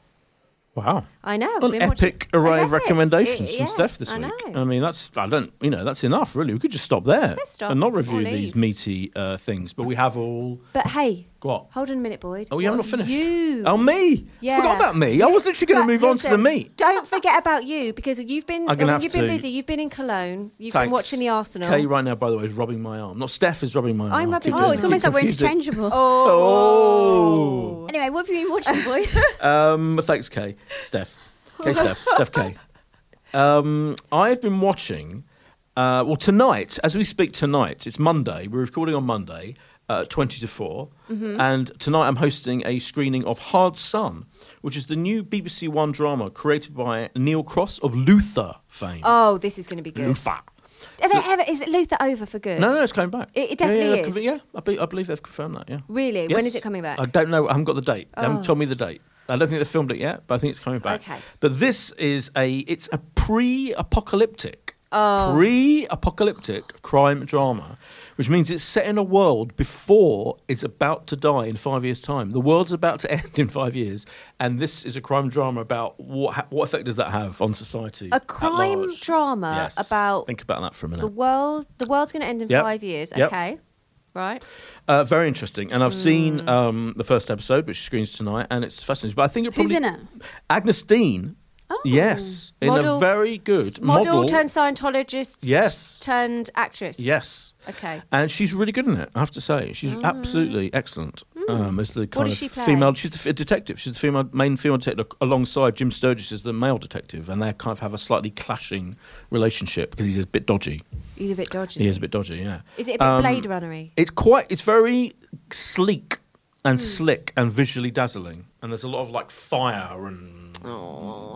A: Wow.
D: I know.
A: An
D: been watching-
A: epic array of
D: It's epic.
A: recommendations
D: It-
A: from
D: yeah,
A: Steph this
D: I
A: week.
D: know.
A: I mean, that's I don't you know that's enough really. We could just stop there
D: Let's stop
A: and not
D: or
A: review these
D: leave.
A: meaty uh, things. But we have all
D: But hey,
A: what?
D: hold on a minute, Boyd.
A: Oh, you
D: What
A: haven't
D: have
A: finished.
D: You.
A: Oh, me.
D: Yeah.
A: Forgot about me. I was literally going
D: But
A: to move on to
D: listen,
A: the meat.
D: Don't forget about you because you've been
A: I'm gonna have
D: you've
A: to.
D: been busy. You've been in Cologne. You've
A: Thanks.
D: been watching the Arsenal.
A: Kay right now, by the way, is rubbing my arm. Not Steph is rubbing my arm.
D: I'm
A: I
D: rubbing-
A: keep
D: Oh,
B: Oh,
A: doing-
B: it's
A: keep
B: almost like we're
A: confusing.
B: interchangeable.
A: Oh.
B: Anyway, what have you been watching, boys?
A: Um, thanks, Kay. Steph. Kay, Steph. Steph, Kay. Um, I've been watching. Uh, well, tonight, as we speak tonight, it's Monday. We're recording on Monday, uh, twenty to 4
D: Mm-hmm.
A: and tonight I'm hosting a screening of Hard Sun, which is the new BBC One drama created by Neil Cross of Luther fame.
D: Oh, this is going to be good.
A: Luther.
D: Are they ever, is it Luther over for good?
A: Mm. No, no, it's coming back.
D: It- it
A: Yeah, yeah,
D: definitely
A: they've confi-
D: is.
A: Yeah, I, be- I believe they've confirmed that. Yeah.
D: Really?
A: Yes.
D: When is it coming back? Oh.
A: I don't know. I haven't got the date. They haven't told me the date. I don't think they filmed it yet, but I think it's coming back.
D: Okay.
A: But this is a it's a pre-apocalyptic,
D: Oh.
A: pre-apocalyptic crime drama, which means it's set in a world before it's about to die in five years' time. The world's about to end in five years, and this is a crime drama about what ha- what effect does that have on society?
D: A
A: at
D: crime
A: large?
D: drama
A: Yes.
D: about
A: think about that for a minute.
D: the world. The world's going to end in
A: Yep.
D: five years.
A: Yep.
D: Okay, right.
A: Uh, very interesting, and I've
D: Hmm.
A: seen um, the first episode, which screens tonight, and it's fascinating. But I think it
B: Who's
A: probably
B: in it?
A: Agnes Dean. yes, in a
D: Oh. Model-
A: very good
D: S- Model, turned Scientologist.
A: Yes.
D: Turned actress.
A: Yes,
D: Okay.
A: and she's really good in it. I have to say, she's absolutely excellent. Um, as the kind
D: Ah. Hmm. does
A: of
D: she play?
A: female, she's the f- a detective. She's the female main female detective alongside Jim Sturgis is the male detective, and they kind of have a slightly clashing relationship because he's a bit dodgy.
D: He's a bit dodgy.
A: He is a bit um, dodgy, yeah.
D: Is it a bit Blade Runnery?
A: It's quite. It's very sleek and
D: Hmm.
A: slick and visually dazzling, and there's a lot of like fire and
D: Oh,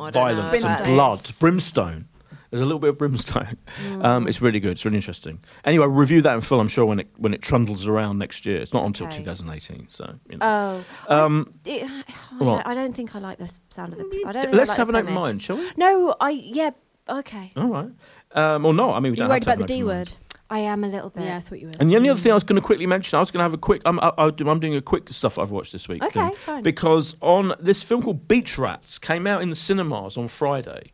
D: I don't
A: violence
D: know
A: and
D: about
A: blood,
D: this.
A: brimstone. There's a little bit of brimstone.
D: Hmm.
A: Um, it's really good. It's really interesting. Anyway, I'll review that in full. I'm sure when it when it trundles around next year. It's not until
D: Okay.
A: 2018. So you know.
D: Oh,
A: um,
D: It- I,
A: What?
D: don't, I don't think I like the s- sound of the. I don't think I
A: let's
D: like
A: have
D: the
A: an open
D: premise.
A: mind, shall we?
D: No, I yeah. Okay,
A: All right. Um, or no? I mean, we
B: you
A: don't
B: worried
A: have
B: about
A: to
B: the
A: have an
B: D
A: open mind.
B: word?
D: I am a little bit.
B: Yeah, I thought you were.
A: And the only other thing I was going to quickly mention, I was going to have a quick. I'm, I, I do, I'm doing a quick stuff I've watched this week.
D: Okay,
A: thing,
D: fine.
A: Because on this film called Beach Rats came out in the cinemas on Friday,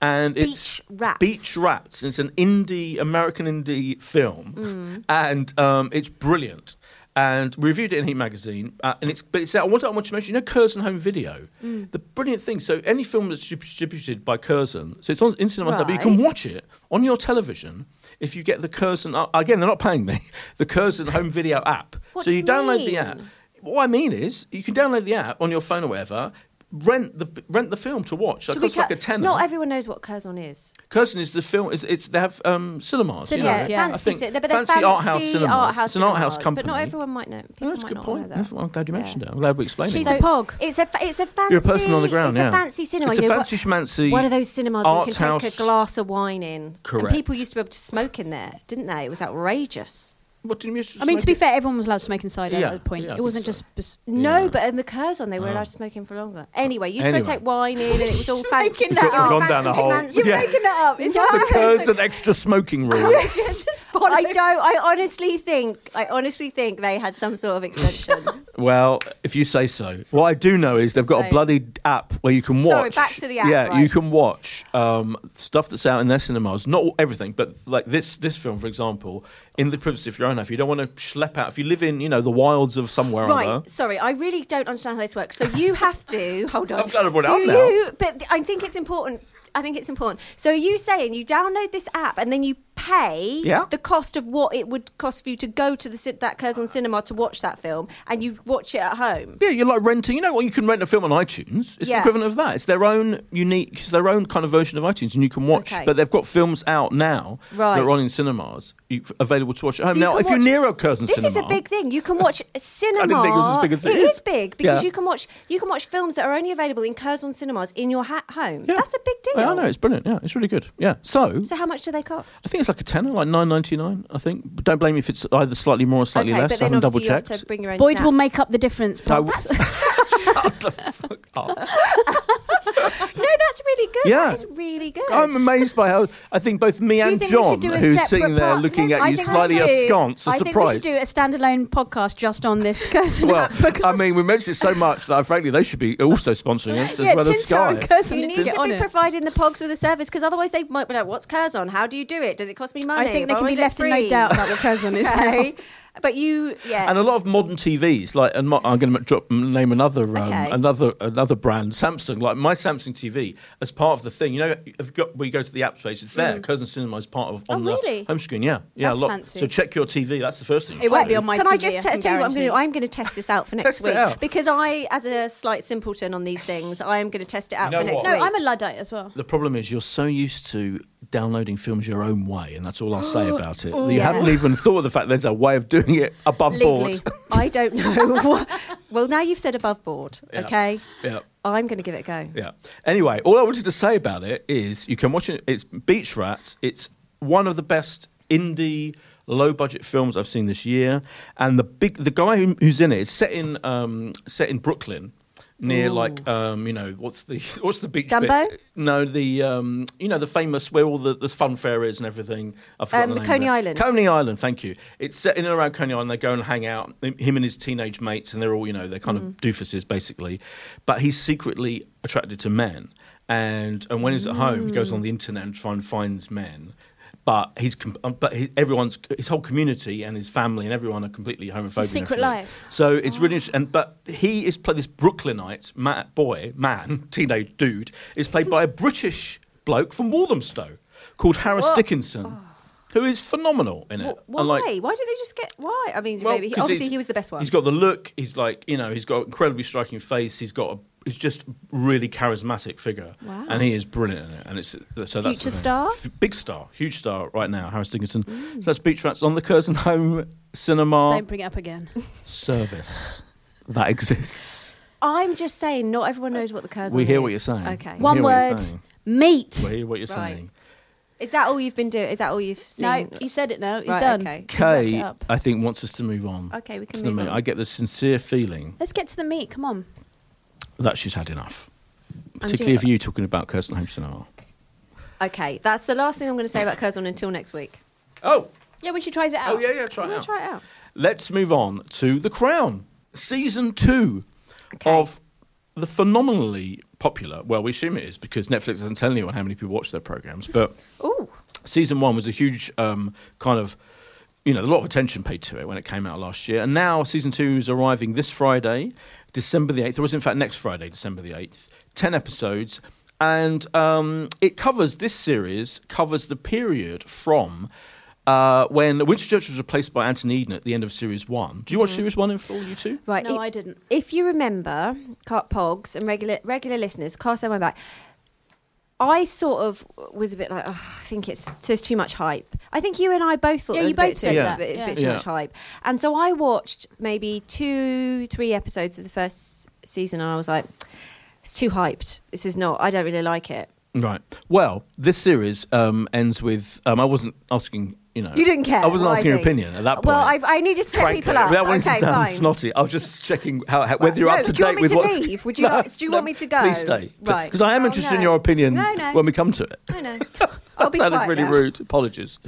A: and it's
D: Beach Rats.
A: Beach Rats. It's an indie American indie film,
D: Mm.
A: and um, it's brilliant. And we reviewed it in Heat Magazine, uh, and it's but it's out. What I want to mention, you know, Curzon Home Video,
D: Mm.
A: the brilliant thing. So any film that's distributed by Curzon, so it's on in cinemas, now, but you can
D: Right.
A: watch it on your television if you get the Curzon, uh, again, they're not paying me, the Curzon home video app.
D: What
A: so
D: do
A: you,
D: you
A: download the
D: mean?
A: app. What I mean is, you can download the app on your phone or whatever. Rent the rent the film to watch. Like,
D: Should we
A: it's like
D: ta-
A: a tenner.
D: Not everyone knows what Curzon is.
A: Curzon is the film. Is it's they have um, cinemas. you know.
B: Cinemas, yeah.
A: I
D: fancy,
A: think
D: ci- but they're
A: fancy
D: fancy
A: art house cinemas.
D: art house
A: it's an art house
D: cinemas,
A: company.
D: But not everyone might know. People
A: No, that's a
D: might
A: good
D: not
A: point.
D: know
A: That's-
D: that.
A: well, I'm glad you
D: Yeah.
A: mentioned it. I'm glad we explained
B: She's
A: it.
B: a pog.
D: It's a fa- it's a fancy.
A: You're a person on the ground.
D: It's
A: yeah.
D: a fancy cinema.
A: It's a
D: You wa-
A: fancy schmancy.
D: One of those cinemas where you
A: art
D: can take
A: house.
D: a glass of wine in.
A: Correct.
D: And people used to be able to smoke in there, didn't they? It was outrageous.
A: What do you mean? it's just
B: I mean,
A: like
B: to be
A: a-
B: fair, everyone was allowed to smoke inside
A: Yeah,
B: at that point.
A: yeah, I
B: it
A: think
B: wasn't
A: so.
B: just. Bes-
A: Yeah.
D: No, but in the Curzon they were
A: Oh.
D: allowed to smoke in for longer. Anyway, you used
A: Anyway.
D: to be able to take wine in, and it was all
B: You're
D: fancy.
B: making that
D: it was
A: up. Gone down the
D: fancy
A: hole.
D: schmancy.
A: You're Yeah. making
B: it up. It's
A: the Curzon extra smoking room.
D: I don't. I honestly think. I honestly think they had some sort of extension.
A: Well, if you say so. What I do know is they've got a
D: So-
A: bloody app where you can watch.
D: Sorry, back to the app,
A: Yeah, you
D: right.
A: can watch um, stuff that's out in their cinemas. Not everything, but like this this film, for example, in the privacy of your own house. If you don't want to schlep out, if you live in you know the wilds of somewhere or
D: Right.
A: other.
D: Sorry, I really don't understand how this works. So you have to hold on.
A: I'm glad I brought it
D: Do
A: up now.
D: you? But I think it's important. I think it's important. So are you saying you download this app and then you pay
A: Yeah.
D: the cost of what it would cost for you to go to the cin- that Curzon cinema to watch that film, and you watch it at home?
A: Yeah, you're like renting. You know what? You can rent a film on iTunes. It's the
D: Yeah.
A: equivalent of that. It's their own unique, it's their own kind of version of iTunes, and you can watch.
D: Okay.
A: But they've got films out now
D: Right.
A: that are on in cinemas you, available to watch at home.
D: So you
A: now,
D: can
A: if you're
D: watch-
A: near a Curzon
D: this
A: cinema,
D: is a big thing. You can watch cinema.
A: didn't think it was as big as it is.
D: is big because
A: Yeah.
D: you can watch you can watch films that are only available in Curzon cinemas in your ha- home.
A: Yeah.
D: That's a big deal.
A: Yeah, I know it's brilliant. Yeah, it's really good. Yeah. So,
D: So how much do they cost?
A: I think it's like a tenner, like nine ninety nine. I think. But don't blame me if it's either slightly more or slightly
D: okay,
A: less.
D: but
A: I
D: then
A: haven't double
D: obviously you have
A: checked.
D: to bring your own.
B: Boyd will
D: snacks.
B: make up the difference.
A: I
B: Pogs.
A: w- Shut the fuck Oh, up.
D: No, that's really good.
A: Yeah.
D: That is really good.
A: I'm amazed by how I think both me
D: you
A: and
D: think we should
A: John,
D: do a
A: who's
D: separate
A: sitting there
D: part?
A: looking
D: No,
A: at
D: I
A: you
D: think we
A: slightly
D: should do-
A: askance, are
B: I think we should
A: surprised.
B: do a standalone podcast just on this Curzon
A: well,
B: app. Because,
A: I mean, we mentioned it so much that frankly they should be also sponsoring us as
B: yeah,
A: well as
B: Tinstar
A: Sky.
B: and Curzon
D: You
B: need
D: need
B: to
D: to
B: get on
D: be
B: it.
D: providing the pogs with a service because otherwise they might be like, "What's Curzon? How do you do it? Does it cost me money?"
B: I think they
D: Or
B: can be
D: is it
B: left in no
D: free?"
B: doubt about what Curzon is.
D: Okay,
B: now.
D: but you, yeah,
A: And a lot of modern TVs, like and mo- I'm going to drop name another um,
D: Okay.
A: another another brand, Samsung. Like my Samsung TV, as part of the thing, you know, if you got, we go to the app space, it's there. Curzon Cinema is part of on
B: Mm. Oh,
A: the
B: really?
A: home screen. Yeah, yeah,
B: That's
A: a lot.
B: fancy.
A: So check your TV. That's the first thing. you
B: It won't
A: should
B: be
A: do.
B: on my
D: Can
B: TV.
D: I just
B: can
D: tell you what I'm
B: guarantee.
D: going to? I'm going to test this out for next
A: Test it
D: week
A: out.
D: because I, as a slight simpleton on these things, I am going to test it out
A: You know
D: for next
A: what?
B: No,
D: week.
B: I'm a luddite as well.
A: The problem is you're so used to downloading films your own way, and that's all I'll say about it. you
D: yeah.
A: haven't even thought of the fact there's a way of doing it above
D: legally.
A: board.
D: I don't know. what- well, now you've said above board.
A: Yeah.
D: Okay,
A: yeah.
D: I'm going to give it a go.
A: Yeah. Anyway, all I wanted to say about it is you can watch it. It's Beach Rats. It's one of the best indie low budget films I've seen this year, and the big the guy who, who's in it is set in um, set in Brooklyn. Near, like, um, you know, what's the what's the beach? bit?
D: Dumbo?
A: No, the um, you know, the famous where all the, the fun fair is and everything. I've forgotten
D: Um,
A: the name
D: the
A: of
D: Coney
A: it.
D: Island.
A: Coney Island, thank you. It's set in and around Coney Island. They go and hang out, him and his teenage mates, and they're all, you know, they're kind
B: Mm-hmm.
A: of doofuses, basically. But he's secretly attracted to men. And, and when he's at home, he goes on the
B: Mm.
A: internet and try and finds men. But he's com- um, but he, everyone's his whole community and his family and everyone are completely homophobic. and
B: secret
A: everything.
B: life.
A: So it's really interesting. And, but he is played this Brooklynite ma boy, man, teenage dude, is played by a British bloke from Walthamstow called Harris
D: What?
A: Dickinson, who is phenomenal in it.
D: Wh- Why?
A: And, like,
D: why did they just get? Why? I mean,
A: well,
D: maybe he,
A: 'cause
D: obviously
A: he's-
D: he was the best one.
A: He's got the look. He's like you know he's got incredibly striking face. He's got a he's just really charismatic figure.
D: Wow.
A: And he is brilliant in it. And it's so that's the
D: Future
A: thing.
D: star?
A: F- big star, huge star right now. Harris Dickinson. So that's Beach Rats on the Curzon Home Cinema
B: Don't bring it up again.
A: service that exists.
D: I'm just saying, not everyone knows what the Curzon.
A: we hear
D: is.
A: what you're saying.
D: Okay.
A: We
B: One
A: hear what you're
B: word.
A: saying.
B: Meat.
A: We hear what you're
D: Right.
A: saying.
D: Is that all you've been doing? Is that all you've seen?
B: No, he said it now. He's
D: Right,
B: done.
D: okay.
B: He's wrapped it
A: Kay,
B: up.
A: I think wants us to move on.
D: Okay, we
A: to
D: can
A: the
D: move
A: meat.
D: on.
A: I get the sincere feeling
B: Let's get to the meat. Come on.
A: that she's had enough.
D: doing-
A: Particularly of you talking about Kirsten Home Cinema.
D: Okay, that's the last thing I'm going to say about Curzon until next week.
A: Oh,
B: Yeah, when she tries it out.
A: Oh yeah, yeah, try
D: I'm
A: it
D: going
A: out.
D: to try it out.
A: Let's move on to The Crown, season two of the phenomenally popular. Well, we assume it is because Netflix doesn't tell anyone how many people watch their programs, but
D: Ooh,
A: season one was a huge um, kind of you know a lot of attention paid to it when it came out last year and now season two is arriving this friday december the 8th or was in fact next friday december the 8th 10 episodes and um, it covers this series covers the period from uh, when Winchester was replaced by Anthony Eden at the end of series one. Do you
D: Mm-hmm.
A: watch series one in full, you two?
D: Right.
B: No,
D: i-
B: I didn't.
D: If you remember, Cart Pogs and regular regular listeners, cast their mind back. I sort of was a bit like, oh, I think it's there's too much hype. I think you and I both thought
B: Yeah,
D: there
B: you
D: was a
B: both
D: bit,
B: said
D: too-
A: that.
D: bit-
B: Yeah.
D: bit too
A: Yeah.
D: much hype. And so I watched maybe two, three episodes of the first season, and I was like, it's too hyped. This is not. I don't really like it.
A: Right. Well, this series um, ends with. Um, I wasn't asking, you know.
D: You didn't care.
A: I wasn't
D: what
A: asking your
D: think.
A: opinion at that point.
D: Well, I, I needed to set
A: Frankly,
D: people up.
A: That wouldn't
D: okay,
A: sound
D: fine.
A: snotty. I was just checking how, how, whether you're
D: No,
A: up to
D: do you want
A: date
D: me
A: with
D: to
A: what's.
D: leave? Would you like- do you want me to go?
A: Please stay.
D: Right.
A: Because I am
D: Oh,
A: interested in
D: no.
A: your opinion
D: No, no.
A: when we come to it.
D: I know. I'll be
A: that sounded
D: quiet
A: really
D: now.
A: rude. Apologies.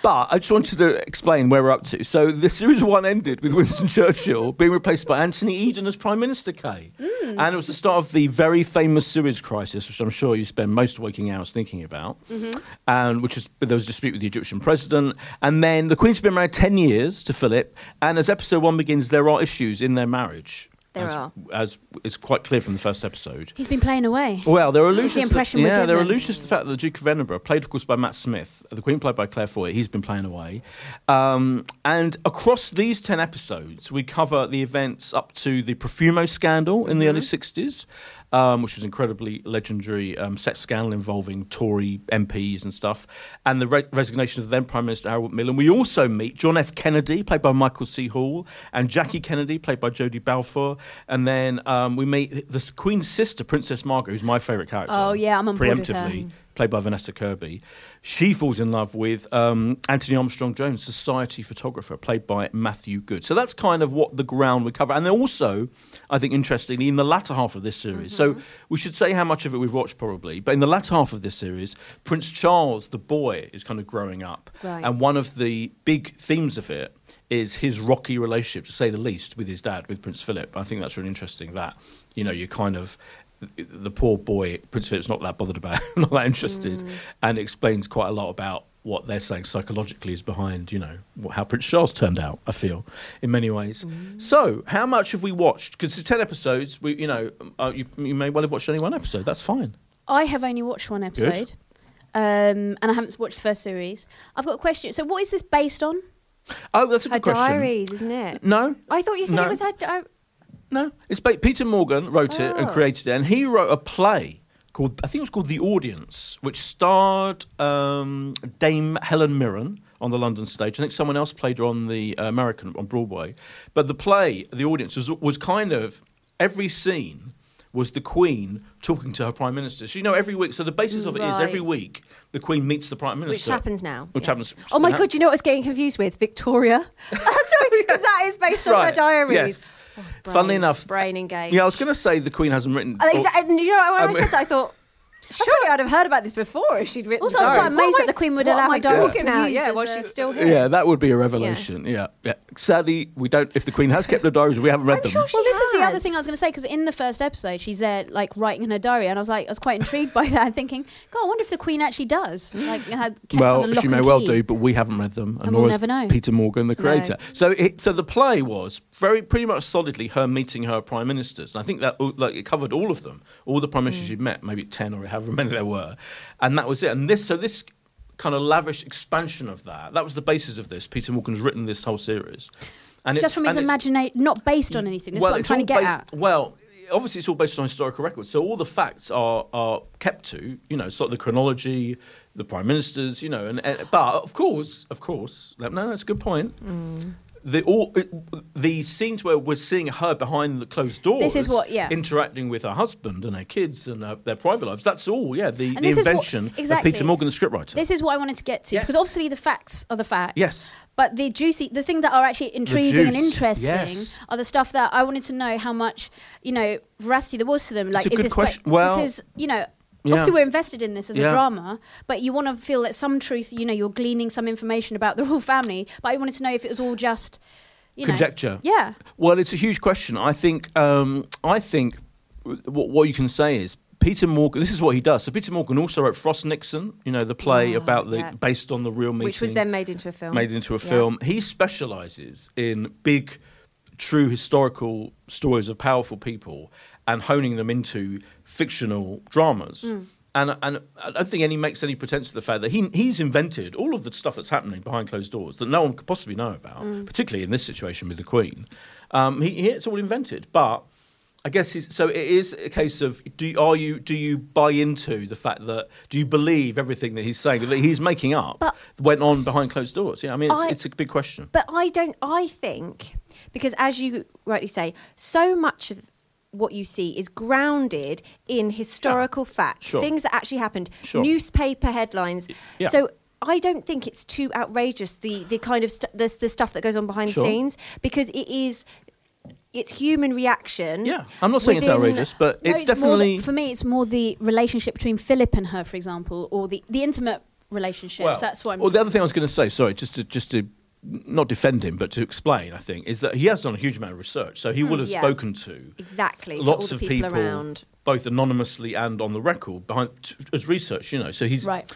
A: but I just wanted to explain where we're up to. So the series one ended with Winston Churchill being replaced by Anthony Eden as Prime Minister, Kay.
D: Mm.
A: And it was the start of the very famous Suez crisis, which I'm sure you spend most waking hours thinking about,
D: Mm-hmm.
A: and which was there was a dispute with the Egyptian president. And then the Queen's been married 10 years to Philip. And as episode one begins, there are issues in their marriage.
D: There
A: as,
D: are.
A: As is quite clear from the first episode.
B: He's been playing away.
A: Well, there are
B: That's
A: allusions.
B: the impression we're
A: yeah, there are
B: given.
A: allusions to the fact that the Duke of Edinburgh, played of course by Matt Smith, the Queen played by Claire Foy, he's been playing away. Um, and across these ten episodes, we cover the events up to the Profumo scandal in
B: Mm-hmm.
A: the early '60s, um, which was incredibly legendary um, sex scandal involving Tory MPs and stuff, and the re- resignation of then Prime Minister Harold Macmillan. We also meet John F. Kennedy, played by Michael C. Hall, and Jackie Kennedy, played by Jodie Balfour, and then um, we meet the Queen's sister, Princess Margaret, who's my favourite character character
B: Oh, yeah, I'm on board with her.
A: preemptively, played by Vanessa Kirby. She falls in love with um, Anthony Armstrong Jones, society photographer, played by Matthew Good. So that's kind of what the ground we cover. And then also, I think interestingly, in the latter half of this series, so
B: Mm-hmm.
A: we should say how much of it we've watched probably, but in the latter half of this series, Prince Charles, the boy, is kind of growing up.
D: Right.
A: And one of the big themes of it is his rocky relationship, to say the least, with his dad, with Prince Philip. I think that's really interesting that, you know, you kind of, the poor boy, Prince Philip's not that bothered about, not that interested, and explains quite a lot about what they're saying psychologically is behind, you know, wh- how Prince Charles turned out, I feel, in many ways. So, how much have we watched? Because it's 10 episodes, we, you know, uh, you, you may well have watched only one episode, that's fine.
B: I have only watched one episode, um, and I haven't watched the first series. I've got a question. So, what is this based on?
A: Oh, that's a
D: Her
A: good question.
D: diaries, isn't it?
A: No,
D: I thought you said
A: No.
D: it was uh, her. Di-
A: No, it's ba- Peter Morgan wrote it and
D: Oh.
A: created it, and he wrote a play called I think it was called The Audience, which starred um, Dame Helen Mirren on the London stage. I think someone else played her on the uh, American on Broadway, but the play The Audience was was kind of every scene was the Queen talking to her Prime Minister. So you know every week. So the basis of it is every
D: Right.
A: week the Queen meets the Prime
D: which
A: Minister,
D: happens now.
A: Which
D: Yeah.
A: happens.
D: Oh my
A: ha-
D: god! You know what I was getting confused with Victoria. Sorry, because that is based on her
A: Right,
D: diaries. Oh,
A: Yes.
D: Brain-
A: Funnily enough,
D: brain engaged.
A: yeah, I was going to say the Queen hasn't written.
D: And Oh, exa- and you know when
A: Um,
D: I said that, I thought surely I'd have heard about this before if she'd written.
B: Also, I was
D: diaries.
B: quite amazed
D: What am
B: that
D: I-
B: the Queen would
D: what
B: allow
D: am
B: her
D: I
B: diaries to
D: talking
B: be
D: about?
B: used
D: Yeah,
B: as
D: while
B: a-
D: she's still here.
A: Yeah, that would be a revelation. Yeah. yeah. Sadly, we don't. If the Queen has kept her diaries, we haven't read them.
D: sure Oh, she-
B: Well, this is the other
D: has.
B: thing I was going to say because in the first episode, she's there like writing in her diary, and I was like, I was quite intrigued by that, and thinking, God, I wonder if the Queen actually does like had kept under
A: well,
B: lock
A: she
B: and
A: may well
B: key.
A: do, but we haven't read them,
B: And
A: nor
B: we'll
A: has
B: never know.
A: Peter Morgan, the
D: No.
A: creator. So, it, so the play was very pretty much solidly her meeting her prime ministers, and I think that oh, like it covered all of them, all the prime
B: Mm.
A: ministers she'd met, maybe ten or however many there were, and that was it. And this, so this kind of lavish expansion of that, that was the basis of this. Peter Morgan's written this whole series, and
B: Just from his
A: and it's- Mm.
B: imagination, not based on anything. That's what I'm
A: it's
B: trying to
A: all
B: get
A: ba-
B: at.
A: Well, obviously it's all based on historical records, so all the facts are are kept to you know sort of the chronology, the prime ministers, you know, and, and but of course, of course, no, no, it's a good point.
B: Mm.
A: The all it, the scenes where we're seeing her behind the closed doors,
B: This is what- yeah.
A: interacting with her husband and her kids and her, their private lives. That's all, yeah. The,
B: And
A: the
B: this is what-
A: invention
B: exactly.
A: of Peter Morgan, the scriptwriter.
B: This is what I wanted to get to
A: Yes.
B: because obviously the facts are the facts.
A: Yes.
B: But the juicy, the thing that are actually intriguing and
A: juice,
B: interesting
A: yes.
B: are the stuff that I wanted to know how much you know veracity there was to them. Like,
A: a
B: is
A: good
B: this
A: question.
B: ba-
A: Well,
B: because you know.
A: yeah.
B: Obviously, we're invested in this as
A: Yeah.
B: a drama, but you want to feel that some truth, you know, you're gleaning some information about the royal family. But I wanted to know if it was all just, you know,
A: Conjecture.
B: Yeah,
A: Well, it's a huge question. I think um, I think w- what, what you can say is Peter Morgan. This is what he does. So Peter Morgan also wrote Frost Nixon. You know the play
D: Ah,
A: about the
D: yeah.
A: based on the real meeting,
D: Which was then made into a film.
A: made into a
D: Yeah.
A: film. He specialises in big, true historical
D: Hmm.
A: stories of powerful people and honing them into fictional dramas. And, and I don't think any makes any pretense to the fact that he, he's invented all of the stuff that's happening behind closed doors that no one could possibly know about,
D: Hmm.
A: particularly in this situation with the Queen. Um, he, he, it's all invented, but I guess he's, so. It is a case of do you- are you do you buy into the fact that do you believe everything that he's saying that he's making up
D: But-
A: went on behind closed doors? Yeah, I mean it's,
D: I-
A: it's a big
B: Mm.
A: question.
D: But I don't. I think because, as you rightly say, so much of what you see is grounded in historical fact,
A: Sure.
D: things that actually happened,
A: Sure.
D: newspaper headlines.
A: yeah.
D: So. I don't think it's too outrageous the, the kind of st- the, the stuff that goes on behind
A: Sure.
D: the scenes because it is it's human reaction.
A: Yeah, I'm not saying it's
D: within-
A: outrageous, but
B: No,
A: it's,
B: more the-
A: definitely
B: for me. It's more the relationship between Philip and her, for example, or the the intimate relationships.
A: Well,
B: That's what I'm.
A: Well, the other thing I was going to say, sorry, just to just to not defend him, but to explain, I think, is that he has done a huge amount of research, so he
B: Mm,
A: will have
D: yeah.
A: spoken to
D: Exactly. to all
A: lots
D: the
A: of people,
D: around.
A: both anonymously and on the record, behind t- as research. You know, so he's
B: Right.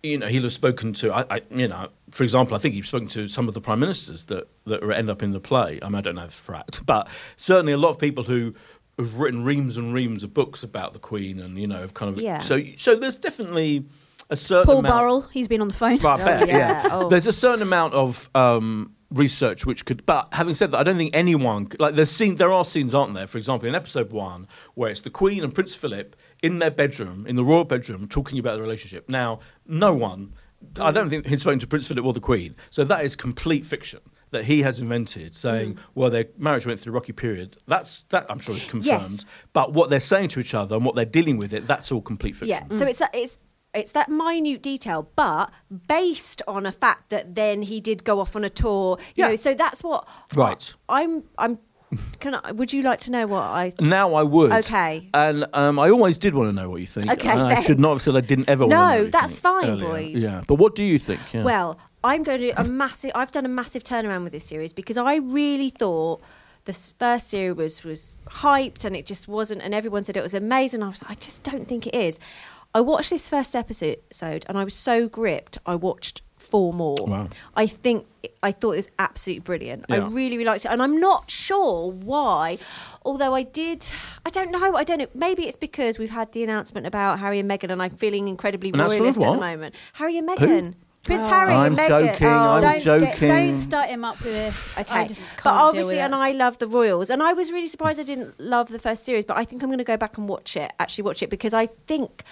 A: You know, he'll have spoken to. I, I, you know, for example, I think he's spoken to some of the prime ministers that that are- end up in the play. I mean, I don't know if it's fact, but certainly a lot of people who. Have written reams and reams of books about the Queen, and you know, have kind of
D: Yeah.
A: so so. There's definitely a certain
B: Paul
A: amount-
B: Burrell, he's been on the phone.
A: well, I bet, yeah.
C: yeah. Oh.
A: There's a certain amount of um, research which could, but having said that, I don't think anyone like there's scene. There are scenes, aren't there? For example, in episode one, where it's the Queen and Prince Philip in their bedroom, in the royal bedroom, talking about their relationship. Now, no one, I don't think he's spoken to Prince Philip or the Queen, so that is complete fiction. That he has invented, saying, "Well, their marriage went through a rocky period." That's that I'm sure is confirmed. But what they're saying to each other and what they're dealing with it—that's all complete fiction.
D: Yeah. So it's that it's it's that minute detail, but based on a fact that then he did go off on a tour. You
A: Yeah.
D: know, so that's what
A: Right.
D: I'm I'm can I would you like to know what I
A: Now I would.
D: Okay.
A: And um, I always did want to know what you think.
D: Okay,
A: And I
D: thanks.
A: should not have said I didn't ever.
D: No,
A: want to know what you
D: that's
A: think
D: fine,
A: earlier.
D: Boyd.
A: Yeah, but what do you think? Yeah.
D: Well, I'm going to do a massive I've done a massive turnaround with this series because I really thought the s- first series was was hyped and it just wasn't and everyone said it was amazing. I was like, I just don't think it is. I watched this first episode and I was so gripped. I watched four more.
A: Wow.
D: I think I thought it was absolutely brilliant. I
A: Yeah.
D: really, really liked it, and I'm not sure why. Although I did, I don't know. I don't know. Maybe it's because we've had the announcement about Harry and Meghan, and I'm feeling incredibly
A: Announcement of
D: royalist at the
A: what?
D: moment. Harry and Meghan, Prince Harry Oh,
A: I'm
D: and Meghan.
A: joking, I'm
B: don't, sta-
A: joking.
B: don't start him up with this.
D: Okay,
B: I just can't
D: but obviously,
B: deal with
D: and
B: it. Oh
D: I love the royals, and I was really surprised I didn't love the first series, but I think I'm going to go back and watch it. Actually, watch it because I think,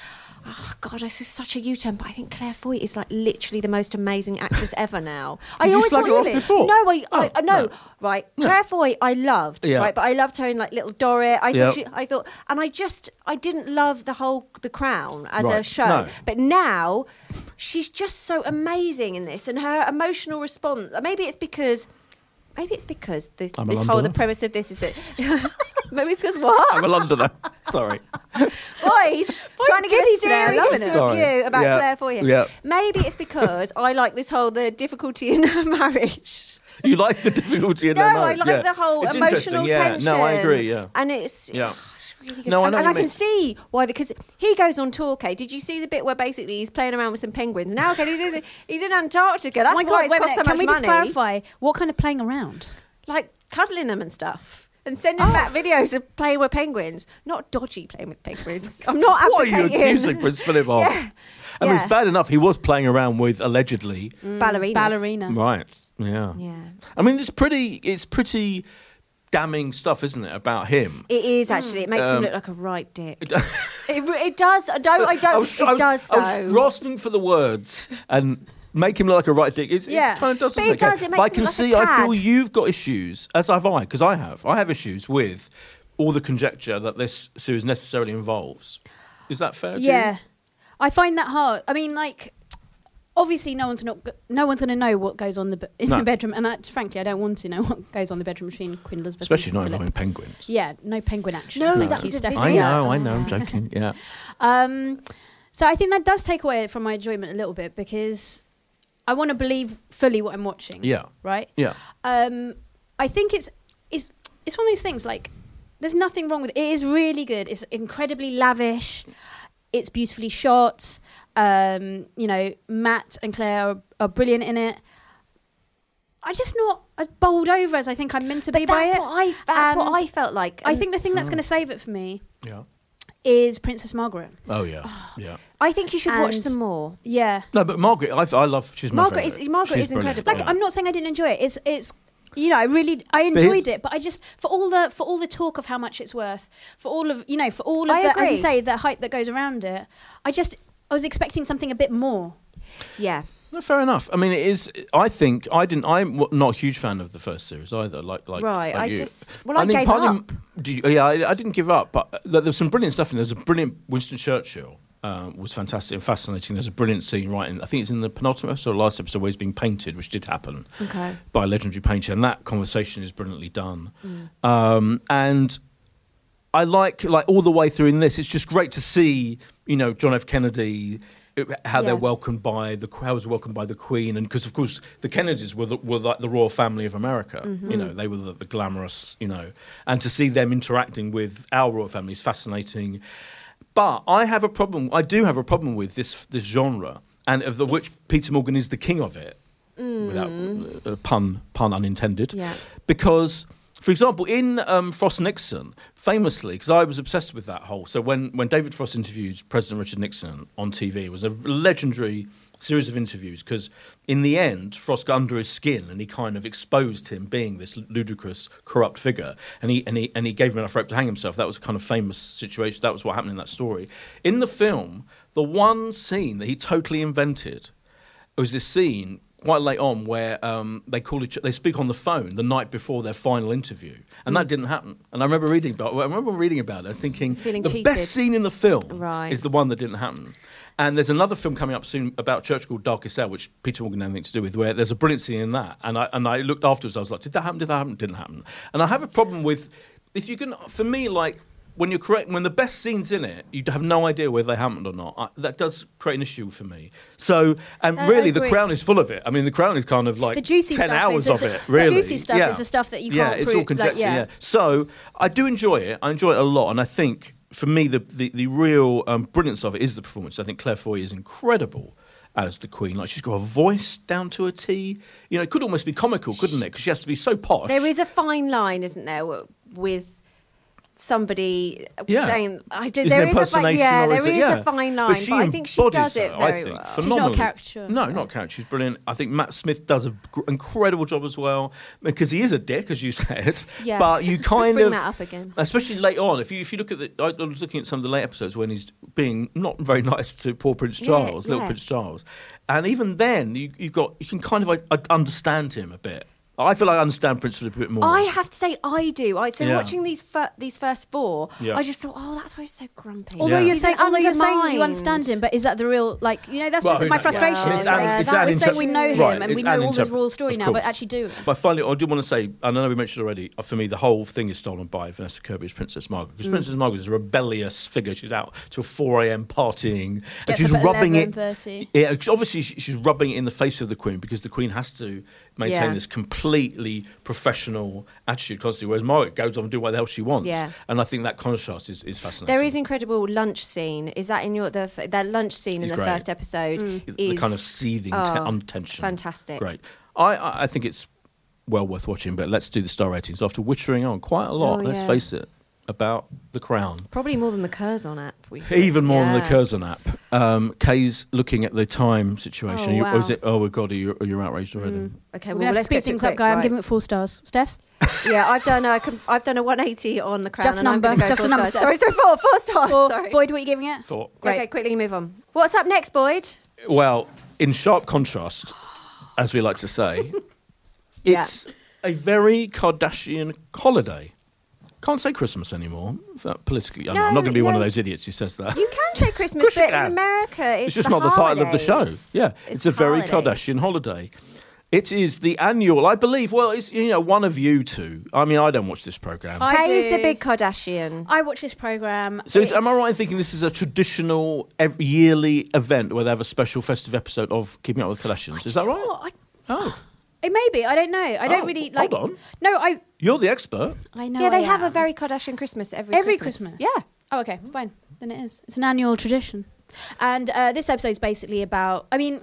D: oh God, this is such a U-turn. But I think Claire Foy is like literally the most amazing actress ever now. I
A: you
D: always
A: slag
D: thought
A: her off
D: she-
A: before?
D: No, I, I,
A: Oh,
D: no,
A: no.
D: right.
A: No.
D: Claire Foy, I loved,
A: Yeah.
D: right, but I loved her in like Little Dorrit. I
A: Yep.
D: thought, she, I thought, and I just, I didn't love the whole The Crown as a
A: Right,
D: show,
A: no.
D: but now she's just so amazing in this, and her emotional response. Maybe it's because, maybe it's because the,
A: I'm a
D: this whole the
A: Londoner.
D: premise of this is that. maybe it's because what
A: I'm a Londoner. Sorry.
D: Boyd trying to get
B: giddy
D: a
B: today, I'm loving
D: serious
B: it.
A: Sorry.
D: review about
A: Yeah,
D: Claire Foy.
A: yeah.
D: Maybe it's because I like this whole the difficulty in her marriage.
A: You like the difficulty in
D: No,
A: their
D: I
A: marriage,
D: like
A: yeah.
D: the whole
A: It's interesting,
D: emotional
A: yeah.
D: tension.
A: No, I agree. Yeah.
D: and it's
A: Yeah.
D: it's really good.
A: No, I
D: fun.
A: know
D: and
A: what
D: I
A: you mean.
D: can see why because he goes on tour. Okay, did you see the bit where basically he's playing around with some penguins? Now, okay, he's in, he's in Antarctica. That's
B: Oh my
D: why
B: God,
D: it's
B: wait a
D: cost so much
B: minute, can we
D: money.
B: just clarify what kind of playing around?
D: Like cuddling them and stuff. And sending
A: Oh.
D: back videos of playing with penguins, not dodgy playing with penguins. I'm not
A: What are you
D: advocating
A: accusing Prince Philip of?
D: Yeah,
A: I mean,
D: yeah.
A: it's bad enough he was playing around with allegedly.
D: ballerinas.
B: Ballerina.
A: Right. Yeah.
D: Yeah.
A: I mean, it's pretty. It's pretty damning stuff, isn't it, about him?
D: It is actually. It makes
A: Um,
D: him look like a right dick. it, re- it does. I don't. I don't.
A: I was,
D: it
A: I was-
D: does though.
A: I was grasping for the words and make him look like a right dick. It's,
D: Yeah.
A: It kind of does.
D: But
A: doesn't
D: it does, it
A: Kev?
D: makes
A: But I
D: him
A: can
D: look a
A: see. I feel
D: cad.
A: you've got issues, as have I, because I have. I have issues with all the conjecture that this series necessarily involves. Is that fair? to you?
B: Yeah, I find that hard. I mean, like, obviously, no one's not, no one's going to know what goes on the, be- in
A: No.
B: the bedroom, and I, frankily, I don't want to know what goes on the bedroom between Queen Elizabeth,
A: Especially
B: and
A: not
B: Philip.
A: involving penguins.
B: Yeah, no penguin action.
D: No,
B: Thank
D: that
B: you,
D: was a
B: Stephanie.
A: I
D: video.
A: know. I know. I'm joking. Yeah.
B: Um, so I think that does take away from my enjoyment a little bit because I want to believe fully what I'm watching.
A: Yeah.
B: Right.
A: Yeah.
B: Um, I think it's it's it's one of those things like there's nothing wrong with it. It is really good. It's incredibly lavish. It's beautifully shot. Um, you know, Matt and Claire are, are brilliant in it. I'm just not as bowled over as I think I'm meant to be
D: but
B: by
D: that's
B: it.
D: what I. That's what
B: And
D: I felt like.
B: I
D: And
B: think the thing that's going to save it for me
A: Yeah.
B: is Princess Margaret.
A: Oh yeah, yeah.
D: I think you should watch
B: And-
D: some more.
B: Yeah.
A: No, but Margaret, I, I love. She's my
D: Margaret is-
A: favourite.
D: Margaret
A: She's
D: is
A: brilliant,
D: incredible.
B: Like
A: yeah.
B: I'm not saying I didn't enjoy it. It's it's you know I really I enjoyed it, but I just for all the for all the talk of how much it's worth, for all of you know for all of
D: I
B: the as
D: agree.
B: you say the hype that goes around it, I just I was expecting something a bit more.
D: Yeah.
A: No, fair enough. I mean, it is. I think I didn't. I'm w- not a huge fan of the first series either. Like, like
D: Right,
A: like
D: I
A: you.
D: just- well, I
A: think
D: gave
A: partly-
D: up.
A: do you- yeah, I, I didn't give up, but uh, there- there's some brilliant stuff in there. There's a brilliant Winston Churchill. Um, was fantastic and fascinating. There's a brilliant scene right in, I think it's in the penultimate episode, or last episode, where he's being painted, which did happen
D: Okay.
A: by a legendary painter, and that conversation is brilliantly done.
D: Mm.
A: Um, and I like like all the way through in this. It's just great to see you know John F. Kennedy. it- How they're
D: Yeah.
A: welcomed by the how was welcomed by the Queen, and because of course the Kennedys were the, were like the royal family of America. You know they were the, the glamorous, you know, and to see them interacting with our royal family is fascinating. But I have a problem. I do have a problem with this this genre, and of the, which Peter Morgan is the king of it without uh, pun pun unintended.
D: Yeah.
A: Because, for example, in um, Frost Nixon, famously, because I was obsessed with that whole. So when when David Frost interviewed President Richard Nixon on TV, it was a legendary series of interviews because in the end Frost got under his skin and he kind of exposed him being this ludicrous corrupt figure and he and he and he gave him enough rope to hang himself that was a kind of famous situation that was what happened in that story in the film the one scene that he totally invented it was this scene quite late on where um, they call each they speak on the phone the night before their final interview, and
D: Mm.
A: that didn't happen. And I remember reading about I remember reading about it, and thinking
D: Feeling
A: the
D: cheated.
A: best scene in the film
D: Right.
A: is the one that didn't happen. And there's another film coming up soon about church called Darkest Hour, which Peter Morgan had nothing to do with, where there's a brilliant scene in that. And I and I looked afterwards, I was like, did that happen? Did that happen? Didn't happen. And I have a problem with if you can for me like. When you're correct, when the best scenes in it, you have no idea whether they happened or not. I, that does create an issue for me. So, and
B: Uh, I
A: really, the
B: agree.
A: crown is full of it. I mean, the crown is kind of like
B: The juicy
A: ten
B: stuff
A: hours
B: is-
A: of
B: is-
A: it.
B: the
A: Really,
B: juicy stuff is the stuff that you
A: yeah,
B: can't
A: it's all
B: prove, like,
A: conjecture.
B: yeah.
A: yeah. So I do enjoy it. I enjoy it a lot, and I think for me, the the, the real um, brilliance of it is the performance. I think Claire Foy is incredible. As the queen, like she's got a voice down to a T. You know, it could almost be comical, couldn't it? Because she has to be so posh.
D: There is a fine line, isn't there, w- with somebody
A: Yeah.
D: playing- I do,
A: Is
D: there
A: an
D: is a fine,
A: impersonation
D: yeah,
A: or
D: there
A: is
D: is,
A: it- yeah.
D: a fine line,
A: But
D: but,
A: she
D: I think she
A: embodies
D: does it
A: her,
D: very
A: I think,
D: well.
B: She's not a
A: phenomenally.
B: caricature.
A: No, not character. She's brilliant. I think Matt Smith does an incredible job as well because he is a dick, as you said.
D: Yeah.
A: But you
D: Let's
A: kind
D: bring
A: of
D: that up again.
A: especially late on. If you if you look at the, I was looking at some of the late episodes when he's being not very nice to poor Prince
D: Yeah,
A: Charles, little
D: yeah.
A: Prince Charles, and even then you you got you can kind of like, uh, understand him a bit. I feel like I understand Prince Philip a bit more.
D: I have to say, I do. I, so
A: Yeah.
D: watching these fir- these first four,
A: Yeah.
D: I just thought, oh, that's why he's so grumpy.
B: Although
A: Yeah.
B: you're
A: He's
B: saying, although you're saying you
D: undermined.
B: understand him, but is that the real like you know that's
A: Well,
B: the-
A: who
B: my
A: knows?
B: frustration.
D: Yeah.
B: is
D: It's
B: like,
D: an- it's
B: that
D: an
B: we say
D: interpre-
B: we know him
A: Right,
B: and we
A: it's an
B: know all his
A: interpre-
B: raw story
A: of
B: now, but
A: course.
B: actually do it.
A: But finally, I do want to say, and I know we mentioned already, uh, for me, the whole thing is stolen by Vanessa Kirby as Princess Margaret.
B: Mm.
A: Because Princess Margaret is a rebellious figure. She's out till 4 a.m. partying.
B: Gets
A: and she's
B: up at
A: rubbing it.
B: 11:30.
A: Yeah, she- obviously, she- she's rubbing it in the face of the Queen because the Queen has to maintain
D: Yeah.
A: this completely professional attitude constantly, whereas Margaret goes off and do what the hell she wants.
D: Yeah.
A: And I think that contrast is, is fascinating.
D: There is incredible lunch scene. Is that in your the f- their lunch scene in
A: It's
D: the
A: great.
D: first episode?
A: the
D: Is
A: kind of seething te-
D: oh,
A: untension.
D: fantastic.
A: Great. I, I, I think it's well worth watching, but let's do the star ratings after wittering on quite a lot,
D: Oh,
A: let's
D: yeah.
A: face it, about The Crown.
D: probably more than the Curzon app. We
A: Even more than the
D: Yeah.
A: Curzon app. Um, Kay's looking at the time situation.
B: Oh,
A: Are you,
B: wow.
A: is it, oh, my God, are you, are you outraged already?
D: Okay,
B: We're
D: well,
B: gonna have to
D: let's
B: speed
D: get to
B: things
D: it
B: up,
D: quick,
B: guy. I'm
D: right.
B: giving it four stars. Steph,
D: yeah, I've done a com- I've done a 180 on the crown.
B: Just
D: and I'm gonna
B: number,
D: go
B: just
D: four
B: a number,
D: Stars. Sorry, sorry, four, four stars.
B: Or,
D: Oh, sorry.
B: Boyd, what are you giving it?
A: Thought.
D: Okay, quickly move on. What's up next, Boyd?
A: Well, in sharp contrast, as we like to say,
D: Yeah.
A: it's a very Kardashian holiday. Can't say Christmas anymore. That politically, I'm I'm
D: No,
A: not going to be one of
D: no.
A: those idiots who says that.
D: You can say Christmas,
A: Of course you
D: but in
A: can.
D: America, it's,
A: it's just
D: the
A: not the title of the show.
D: holidays.
A: Yeah, it's, a very
D: holidays.
A: Kardashian holiday. It is the annual, I believe. Well, it's you know one of you two. I mean, I don't watch this program.
B: I
D: Kay
B: do.
D: is the big Kardashian.
B: I watch this program.
A: so, is, am I right in thinking this is a traditional ev yearly event where they have a special festive episode of Keeping Up with the Kardashians? Is that right?
B: Oh, I,
A: Oh,
B: it may be. I don't know. I don't
A: Oh,
B: really
A: hold
B: like.
A: on.
B: No, I.
A: you're the expert.
B: I know.
D: yeah, they
B: I
D: have a
B: am.
D: very Kardashian Christmas every
B: every
D: Christmas.
B: Christmas. Oh, okay. Fine. Then it is. It's an annual tradition. And uh, this episode's basically about. I mean,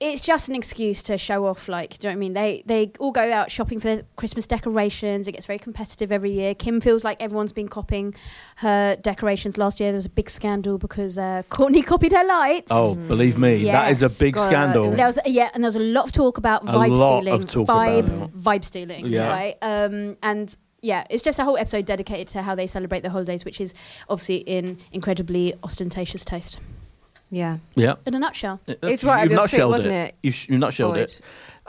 B: it's just an excuse to show off. Like, do you know what I mean? They they all go out shopping for their Christmas decorations. It gets very competitive every year. Kim feels like everyone's been copying her decorations. Last year there was a big scandal because uh, Courtney copied her lights.
A: Oh, believe me, that is a
B: Yes.
A: big
D: Mm. God,
A: scandal.
B: There was yeah, and there was a lot of talk about
A: A
B: vibe
A: lot
B: stealing,
A: of talk
B: vibe
A: about
B: vibe stealing,
A: Yeah.
B: right? Um, and yeah, it's just a whole episode dedicated to how they celebrate their holidays, which is obviously in incredibly ostentatious taste.
D: Yeah.
A: Yeah.
B: In a nutshell,
D: It's right up
A: You've
D: your street,
A: nutshelled
D: wasn't it?
A: You've, sh- you've nutshelled
D: Boyd?
A: it.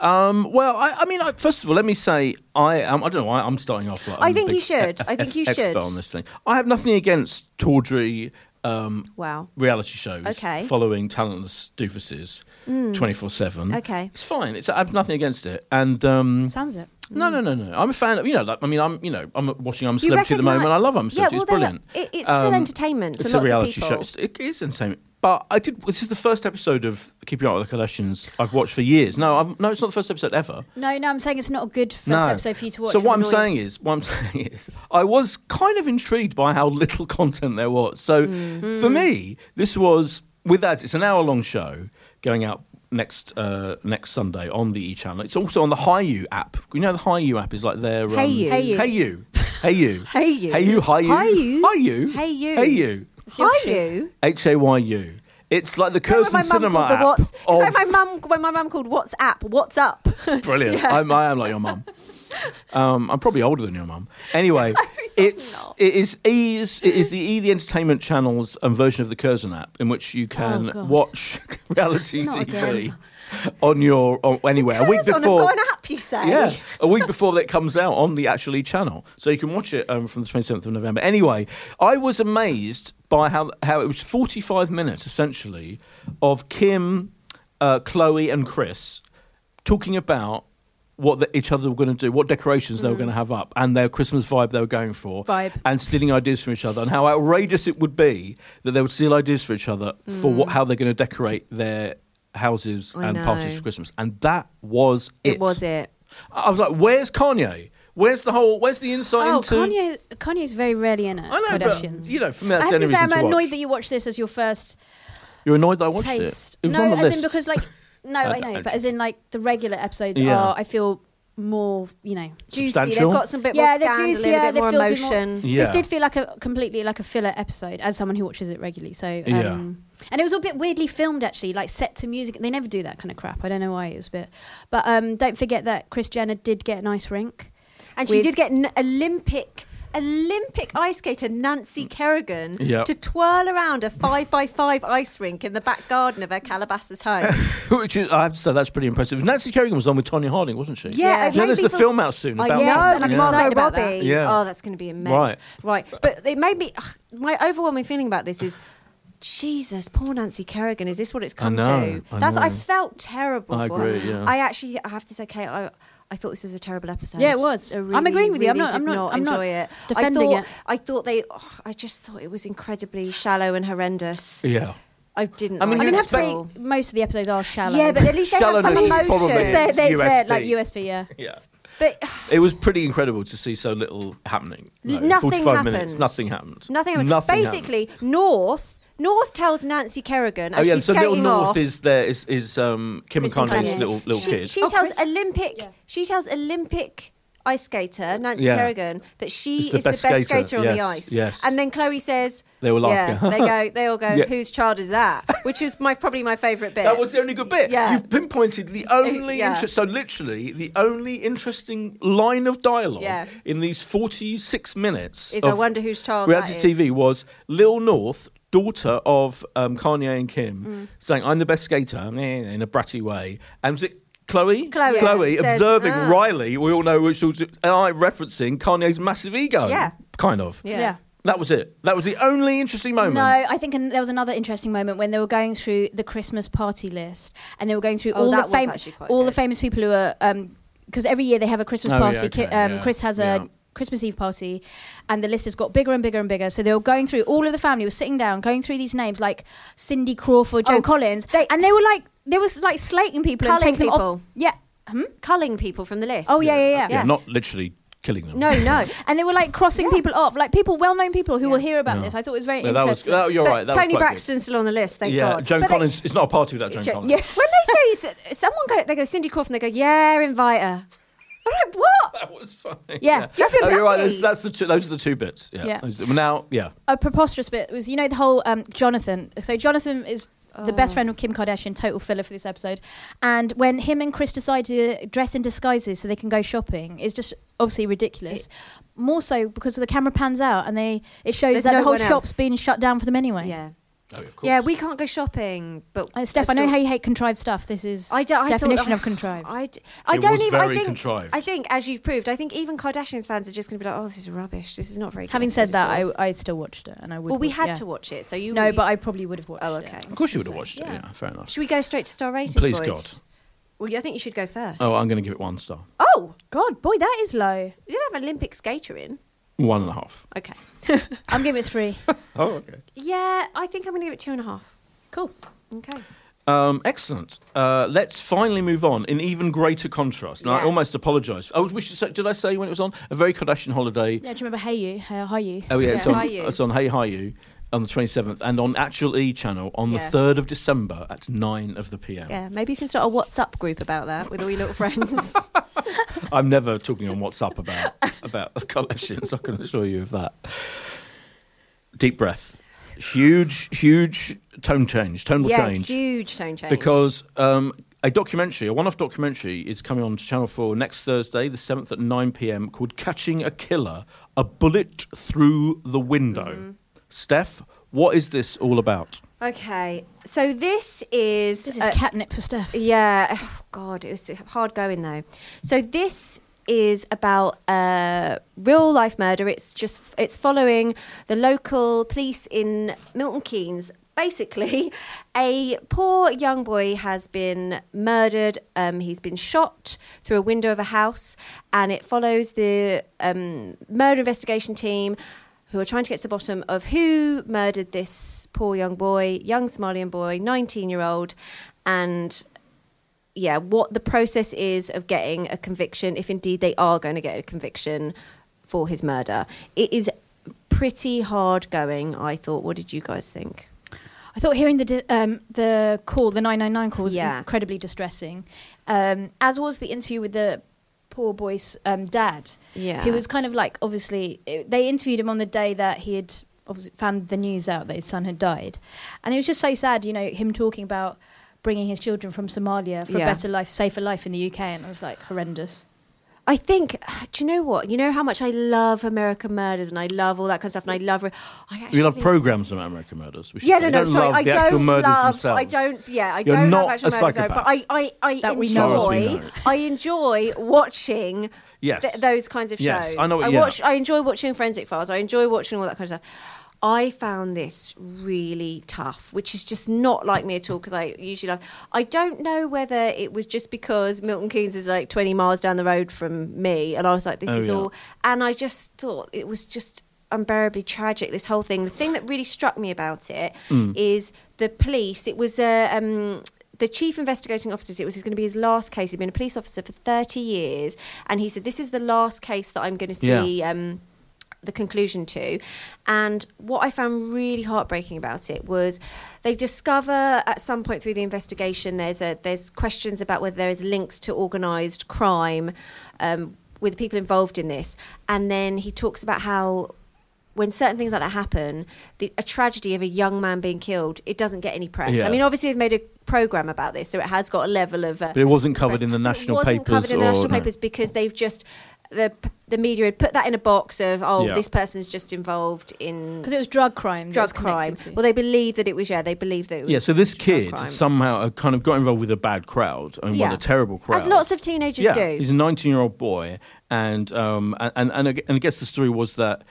A: Um, well, I, I mean, I, first of all, let me say I am. I don't know. I, I'm starting off. Like,
D: I
A: I'm a
D: think
A: big
D: you should. I think you
A: expert
D: should.
A: on this thing. I have nothing against tawdry um,
D: Wow.
A: reality shows
D: Okay. Mm.
A: following talentless doofuses 24 7.
D: Okay.
A: It's fine. It's, I have nothing against it. And um,
B: sounds it.
A: no, no, no, no. I'm a fan of, you know, like, I mean, I'm, you know, I'm watching I'm a
D: You
A: Celebrity at the
D: recognise-
A: moment. I love I'm a
D: Yeah,
A: Celebrity.
D: well,
A: it's brilliant.
D: they- it- it's still
A: Um,
D: entertainment to
A: It's a
D: lots
A: reality
D: of
A: show.
D: people.
A: It's- It is entertainment. But I did. This is the first episode of Keeping Up with the Kardashians I've watched for years. No, I've, no, it's not the first episode ever.
B: No, no, I'm saying it's not a good first
A: no.
B: episode for you to watch.
A: So what I'm
B: annoyed.
A: saying is, what I'm saying is, I was kind of intrigued by how little content there was. So
D: Mm.
A: for me, this was with ads. It's an hour-long show going out next uh, next Sunday on the E Channel. It's also on the HiU app. You know, the HiU app is like their um,
D: Hey You.
B: Hey You.
A: Hey you. Hey you.
D: Hey You.
A: Hey you. Hi you.
D: Hi-U.
A: Hi you.
D: Hey You.
A: Hey you.
B: It's the
D: Hi
B: offshoot.
D: you.
A: H A Y U. It's like the
D: It's
A: Curzon
D: like my mum
A: Cinema
D: called the
A: app.
D: What's. It's
A: of-
D: like my mum when my mum called WhatsApp. What's up?
A: Brilliant. I'm, I am like your mum. Um, I'm probably older than your mum. Anyway, it's it is E's it is the E the Entertainment Channel's um, version of the Curzon app, in which you can
B: Oh, God.
A: watch reality
B: Not
A: TV on your on, anywhere a week
D: Amazon have
A: before.
D: got an app, you say?
A: Yeah, a week before that comes out on the actually channel, so you can watch it um, from the 27th of November. Anyway, I was amazed by how how it was 45 minutes essentially of Kim, uh, Chloe, and Chris talking about what the, each other were going to do, what decorations
D: Mm.
A: they were going to have up, and their Christmas vibe they were going for,
B: Vibe.
A: and stealing ideas from each other, and how outrageous it would be that they would steal ideas for each other for what how they're going to decorate their houses
D: Mm. I
A: and
D: know.
A: parties for Christmas, and that was it.
D: It was it.
A: I was like, "Where's Kanye? Where's the whole? Where's the insight
B: Oh,
A: into?"
B: Kanye, Kanye's very rarely in it.
A: I know,
B: Kardashians.
A: but you know, for me, that's
B: I
A: the
B: have
A: only
B: to say,
A: reason
B: I'm
A: to
B: annoyed
A: watch.
B: that you watched this as your first
A: You're annoyed that I watched
B: taste.
A: it. It was
B: no,
A: on the
B: as
A: list.
B: in because like no,
A: I
B: I,
A: know,
B: know, but as in like the regular episodes
A: Yeah.
B: are, I feel more, you know.
D: Juicy. They've
A: Substantial.
D: got some bit
B: Yeah,
D: more
B: they're
D: scandal,
B: juicy,
D: a
B: yeah,
D: little bit
B: they're
D: more
B: filled with more-
D: emotion.
A: yeah,
B: This did feel like a completely like a filler episode as someone who watches it regularly. So um,
A: Yeah.
B: and it was all a bit weirdly filmed actually, like set to music. They never do that kind of crap. I don't know why it was a bit. But um, don't forget that Chris Jenner did get an ice rink.
D: And
B: with-
D: she did get an Olympic Olympic ice skater Nancy Kerrigan
A: Yep.
D: to twirl around a five by five ice rink in the back garden of her Calabasas home.
A: which is, I have to say that's pretty impressive. Nancy Kerrigan was on with Tonya Harding, wasn't she?
D: Yeah,
A: you know,
D: it made
A: there's
D: me
A: the
D: feel
A: film out soon.
D: I
A: about
D: know,
A: that.
D: and
B: I'm
A: yeah.
B: excited.
D: Margot
B: about that.
D: Robbie.
A: Yeah.
D: Oh, that's going to be immense.
A: Right.
D: Right. But it made me. ugh, my overwhelming feeling about this is. Jesus, poor Nancy Kerrigan. Is this what it's come
A: I know,
D: to?
A: I
D: That's. I
A: know.
D: felt terrible.
A: I
D: for her.
A: agree, yeah.
D: I actually, I have to say, Kate, I, I thought this was a terrible episode.
B: Yeah, it was.
D: I
B: I'm
D: really,
B: agreeing with you. I'm
D: really
B: not-
D: did
B: I'm not- I'm not
D: enjoy it.
B: defending
D: I
B: it.
D: thought, I thought they. oh, I just thought it was incredibly shallow and horrendous.
A: yeah.
D: I didn't.
A: I mean,
B: I
D: like
A: you
B: mean,
D: it
B: I have
D: at
B: to say
D: all.
B: most of the episodes are shallow.
D: Yeah, but at least they have some
A: Shallowness is
D: emotion.
A: probably
B: it's their, their- it's their, like
A: USP.
B: USP, yeah.
A: Yeah.
D: But
A: It was pretty incredible to see so little happening. though.
D: Nothing
A: 45 minutes,
D: happened.
A: nothing happened.
D: nothing. happened.
A: Nothing
D: Basically, North North tells Nancy Kerrigan
A: happened.
D: as
A: Oh yeah,
D: she's
A: so
D: skating
A: little North
D: off.
A: is there is is um, Kim and
B: Chris and
A: Kanye's
B: Kanye.
A: little little
D: she,
A: kid.
D: She
B: Oh,
D: tells
B: Chris?
D: Olympic.
B: Yeah.
D: She tells Olympic ice skater Nancy
A: Yeah.
D: Kerrigan that she
A: It's
D: is
A: the
D: the
A: best
D: best skater,
A: skater,
D: on the
A: yes,
D: ice.
A: yes.
D: And then Chloe says,
A: They all
D: yeah,
A: laugh, go,
D: they go. They all go.
A: Yeah.
D: Whose child is that? Which is my probably my favourite bit.
A: That was the only good bit.
D: Yeah.
A: You've pinpointed the only
D: Yeah.
A: interest. So literally, the only interesting line of dialogue
D: Yeah.
A: in these forty-six minutes
D: Is
A: of
D: I wonder whose child
A: reality
D: that is.
A: TV was Lil North, daughter of um, Kanye and Kim,
D: Mm.
A: saying, "I'm the best skater" meh, in a bratty way, and was it Chloe?
D: Chloe.
A: Chloe
D: Yeah. Says,
A: observing
D: "Ah."
A: Riley. We all know which. was- And I referencing Kanye's massive ego.
D: Yeah.
A: kind of.
D: Yeah.
B: Yeah.
A: That was it. That was the only interesting moment.
B: No, I think an, there was another interesting moment when they were going through the Christmas party list, and they were going through
D: Oh,
B: all the
D: that was
B: famous,
D: actually quite
B: all the
D: good.
B: famous people who are. Because every year they have a Christmas
A: Oh, yeah,
B: party.
A: okay,
B: Ki- um,
A: yeah,
B: Chris has a
A: yeah.
B: Christmas Eve party, and the list has got bigger and bigger and bigger. So they were going through all of the family was sitting down, going through these names like Cindy Crawford, Joe
D: Oh,
B: Collins,
D: they-
B: and they were like they was like slating people, and
D: Culling
B: taking them off-
D: people.
B: Yeah. Hmm?
D: culling people from the list.
B: Oh yeah, yeah, yeah.
A: yeah, not literally killing them.
D: No, no.
B: And they were like crossing people off, like people, well-known people who will hear about
A: Yeah.
B: this. I thought it was very
A: Yeah, that was.
B: interesting.
A: That, you're
D: but
A: right. That was
D: Tony
A: quite good.
D: Braxton's still on the list, thank
A: yeah,
D: God.
A: Joan
D: But they-
A: Collins. it's not a party without Joan
D: Jo-
A: Collins.
D: yeah. when they say always someone go. They go Cindy Crawford, and they go, "Yeah, invite her." I'm like, "What?"
A: That was funny.
B: Yeah.
D: That's
A: Oh, you're right.
D: lovely.
A: That's, that's the two, those are the two bits. Yeah.
B: Yeah.
A: Those- now, yeah.
B: a preposterous bit was you know the whole um, Jonathan. So Jonathan is the
D: Oh.
B: best friend of Kim Kardashian, total filler for this episode. And when him and Chris decide to dress in disguises so they can go shopping, it's just obviously ridiculous. More so because the camera pans out and they it shows
D: There's
B: that
D: no
B: the whole
D: one
B: shop's
D: else.
B: been shut down for them anyway.
D: Yeah,
A: Oh, of course.
D: yeah. We can't go shopping, but
B: Uh, Steph, I know how you hate contrived stuff. This is
D: I don't- I thought-
B: definition of contrived.
D: I, d- I
A: It
D: don't
A: was
D: even. I
A: very
D: think.
A: contrived.
D: I think, as you've proved, I think even Kardashians fans are just going to be like, "Oh, this is rubbish. This is not very."
B: Having
D: good
B: said
D: at
B: that,
D: all."
B: I, I still watched it and I would.
D: well, we
B: wa-
D: had
B: yeah.
D: to watch it, so you
B: No, but I probably would have watched
D: Oh,
B: it.
D: okay.
A: Of course you would have watched it.
D: Yeah.
A: Yeah, fair enough.
D: should we go straight to star ratings?
A: Please,
D: boys?
A: God.
D: Well, yeah, I think you should go first.
A: Oh, I'm going to give it one star.
D: oh,
B: God, boy, that is low.
D: you didn't have Olympic skater in.
A: One and a half.
D: Okay.
B: I'm giving it three.
A: Oh, okay.
D: Yeah, I think I'm going to give it two and a half.
B: cool.
D: Okay.
A: Um, excellent. Uh, let's finally move on in even greater contrast. Now, I
D: Yeah.
A: almost apologise. I was wish did I say when it was on? A very Kardashian holiday.
B: Yeah, do you remember Hey You? How are you?
A: Oh yeah, it's,
D: Yeah.
A: on,
D: Hi You.
A: it's on Hey Hi You on the 27th and on Actual E channel on
D: Yeah.
A: the 3rd of December at 9 of the PM.
D: Yeah, maybe you can start a WhatsApp group about that with all your little friends.
A: I'm never talking on WhatsApp about about collections. I can assure you of that. Deep breath. Huge, huge tone change, tonal
D: yes,
A: change.
D: huge tone change.
A: Because um, a documentary, a one-off documentary, is coming on to Channel Four next Thursday, the seventh at nine p.m. called "Catching a Killer: A Bullet Through the Window."
D: Mm-hmm.
A: Steph, what is this all about?
D: okay, so this is
B: This is
D: uh,
B: catnip for Steph.
D: yeah. Oh God, it was hard going though. So this is about a real life murder. It's just it's following the local police in Milton Keynes. Basically, a poor young boy has been murdered. Um, he's been shot through a window of a house, and it follows the um, murder investigation team who are trying to get to the bottom of who murdered this poor young boy, young Somalian boy, 19 year old, and yeah, what the process is of getting a conviction, if indeed they are going to get a conviction for his murder. It is pretty hard going, I thought. What did you guys think?
B: I thought hearing the di- um, the call, the nine nine nine call, was
D: Yeah.
B: incredibly distressing. Um, as was the interview with the poor boy's um, dad,
D: Yeah.
B: who was kind of like obviously it- they interviewed him on the day that he had obviously found the news out that his son had died, and it was just so sad, you know, him talking about bringing his children from Somalia for
D: Yeah.
B: a better life, safer life in the UK, and I was like horrendous.
D: I think, do you know what? You know how much I love American murders and I love all that kind of stuff and I love. I actually
A: We love
D: think-
A: programs about American murders. We should
D: Yeah,
A: say.
D: no,
A: We
D: no,
A: don't
D: sorry,
A: love
D: I
A: the actual
D: don't
A: murders
D: love.
A: themselves.
D: I don't. Yeah, I
A: You're
D: don't
A: not
D: love actual
A: a
D: murders, though, but
A: psychopath.
D: I, I, I
B: That we know of.
D: enjoy.
A: Sorry.
D: I enjoy watching.
A: Yes.
D: th- those kinds of
A: Yes,
D: shows.
A: I know what-
D: I
A: yeah.
D: watch. I enjoy watching Forensic Files. I enjoy watching all that kind of stuff. I found this really tough, which is just not like me at all because I usually love. I don't know whether it was just because Milton Keynes is like 20 miles down the road from me, and I was like, this
A: Oh,
D: is
A: yeah.
D: all and I just thought it was just unbearably tragic. This whole thing. The thing that really struck me about it is the police. It was the um, the chief investigating officer. It was going to be his last case. He'd been a police officer for thirty years, and he said, "This is the last case that I'm going to see." Um, the conclusion to. And what I found really heartbreaking about it was they discover at some point through the investigation there's a there's questions about whether there is links to organised crime um, with the people involved in this. And then he talks about how when certain things like that happen, the, a tragedy of a young man being killed, it doesn't get any press.
A: Yeah.
D: I mean, obviously they've made a program about this, so it has got a level of. Uh,
A: But it wasn't covered in the
D: but
A: national
D: it wasn't
A: papers
D: covered in the
A: or-
D: national
A: no.
D: papers because they've just the the media had put that in a box of oh
A: Yeah.
D: this person's just involved in
B: Because it was drug crime. that it was
D: drug crime.
B: connected to.
D: Well, they believed that it was yeah they believed that it was
A: Yeah, so this
D: drug
A: kid
D: crime.
A: somehow uh, kind of got involved with a bad crowd and one
D: Yeah.
A: a terrible crowd.
D: as lots of teenagers
A: yeah,
D: do.
A: he's a 19 year old boy, and um, and and and I guess the story was that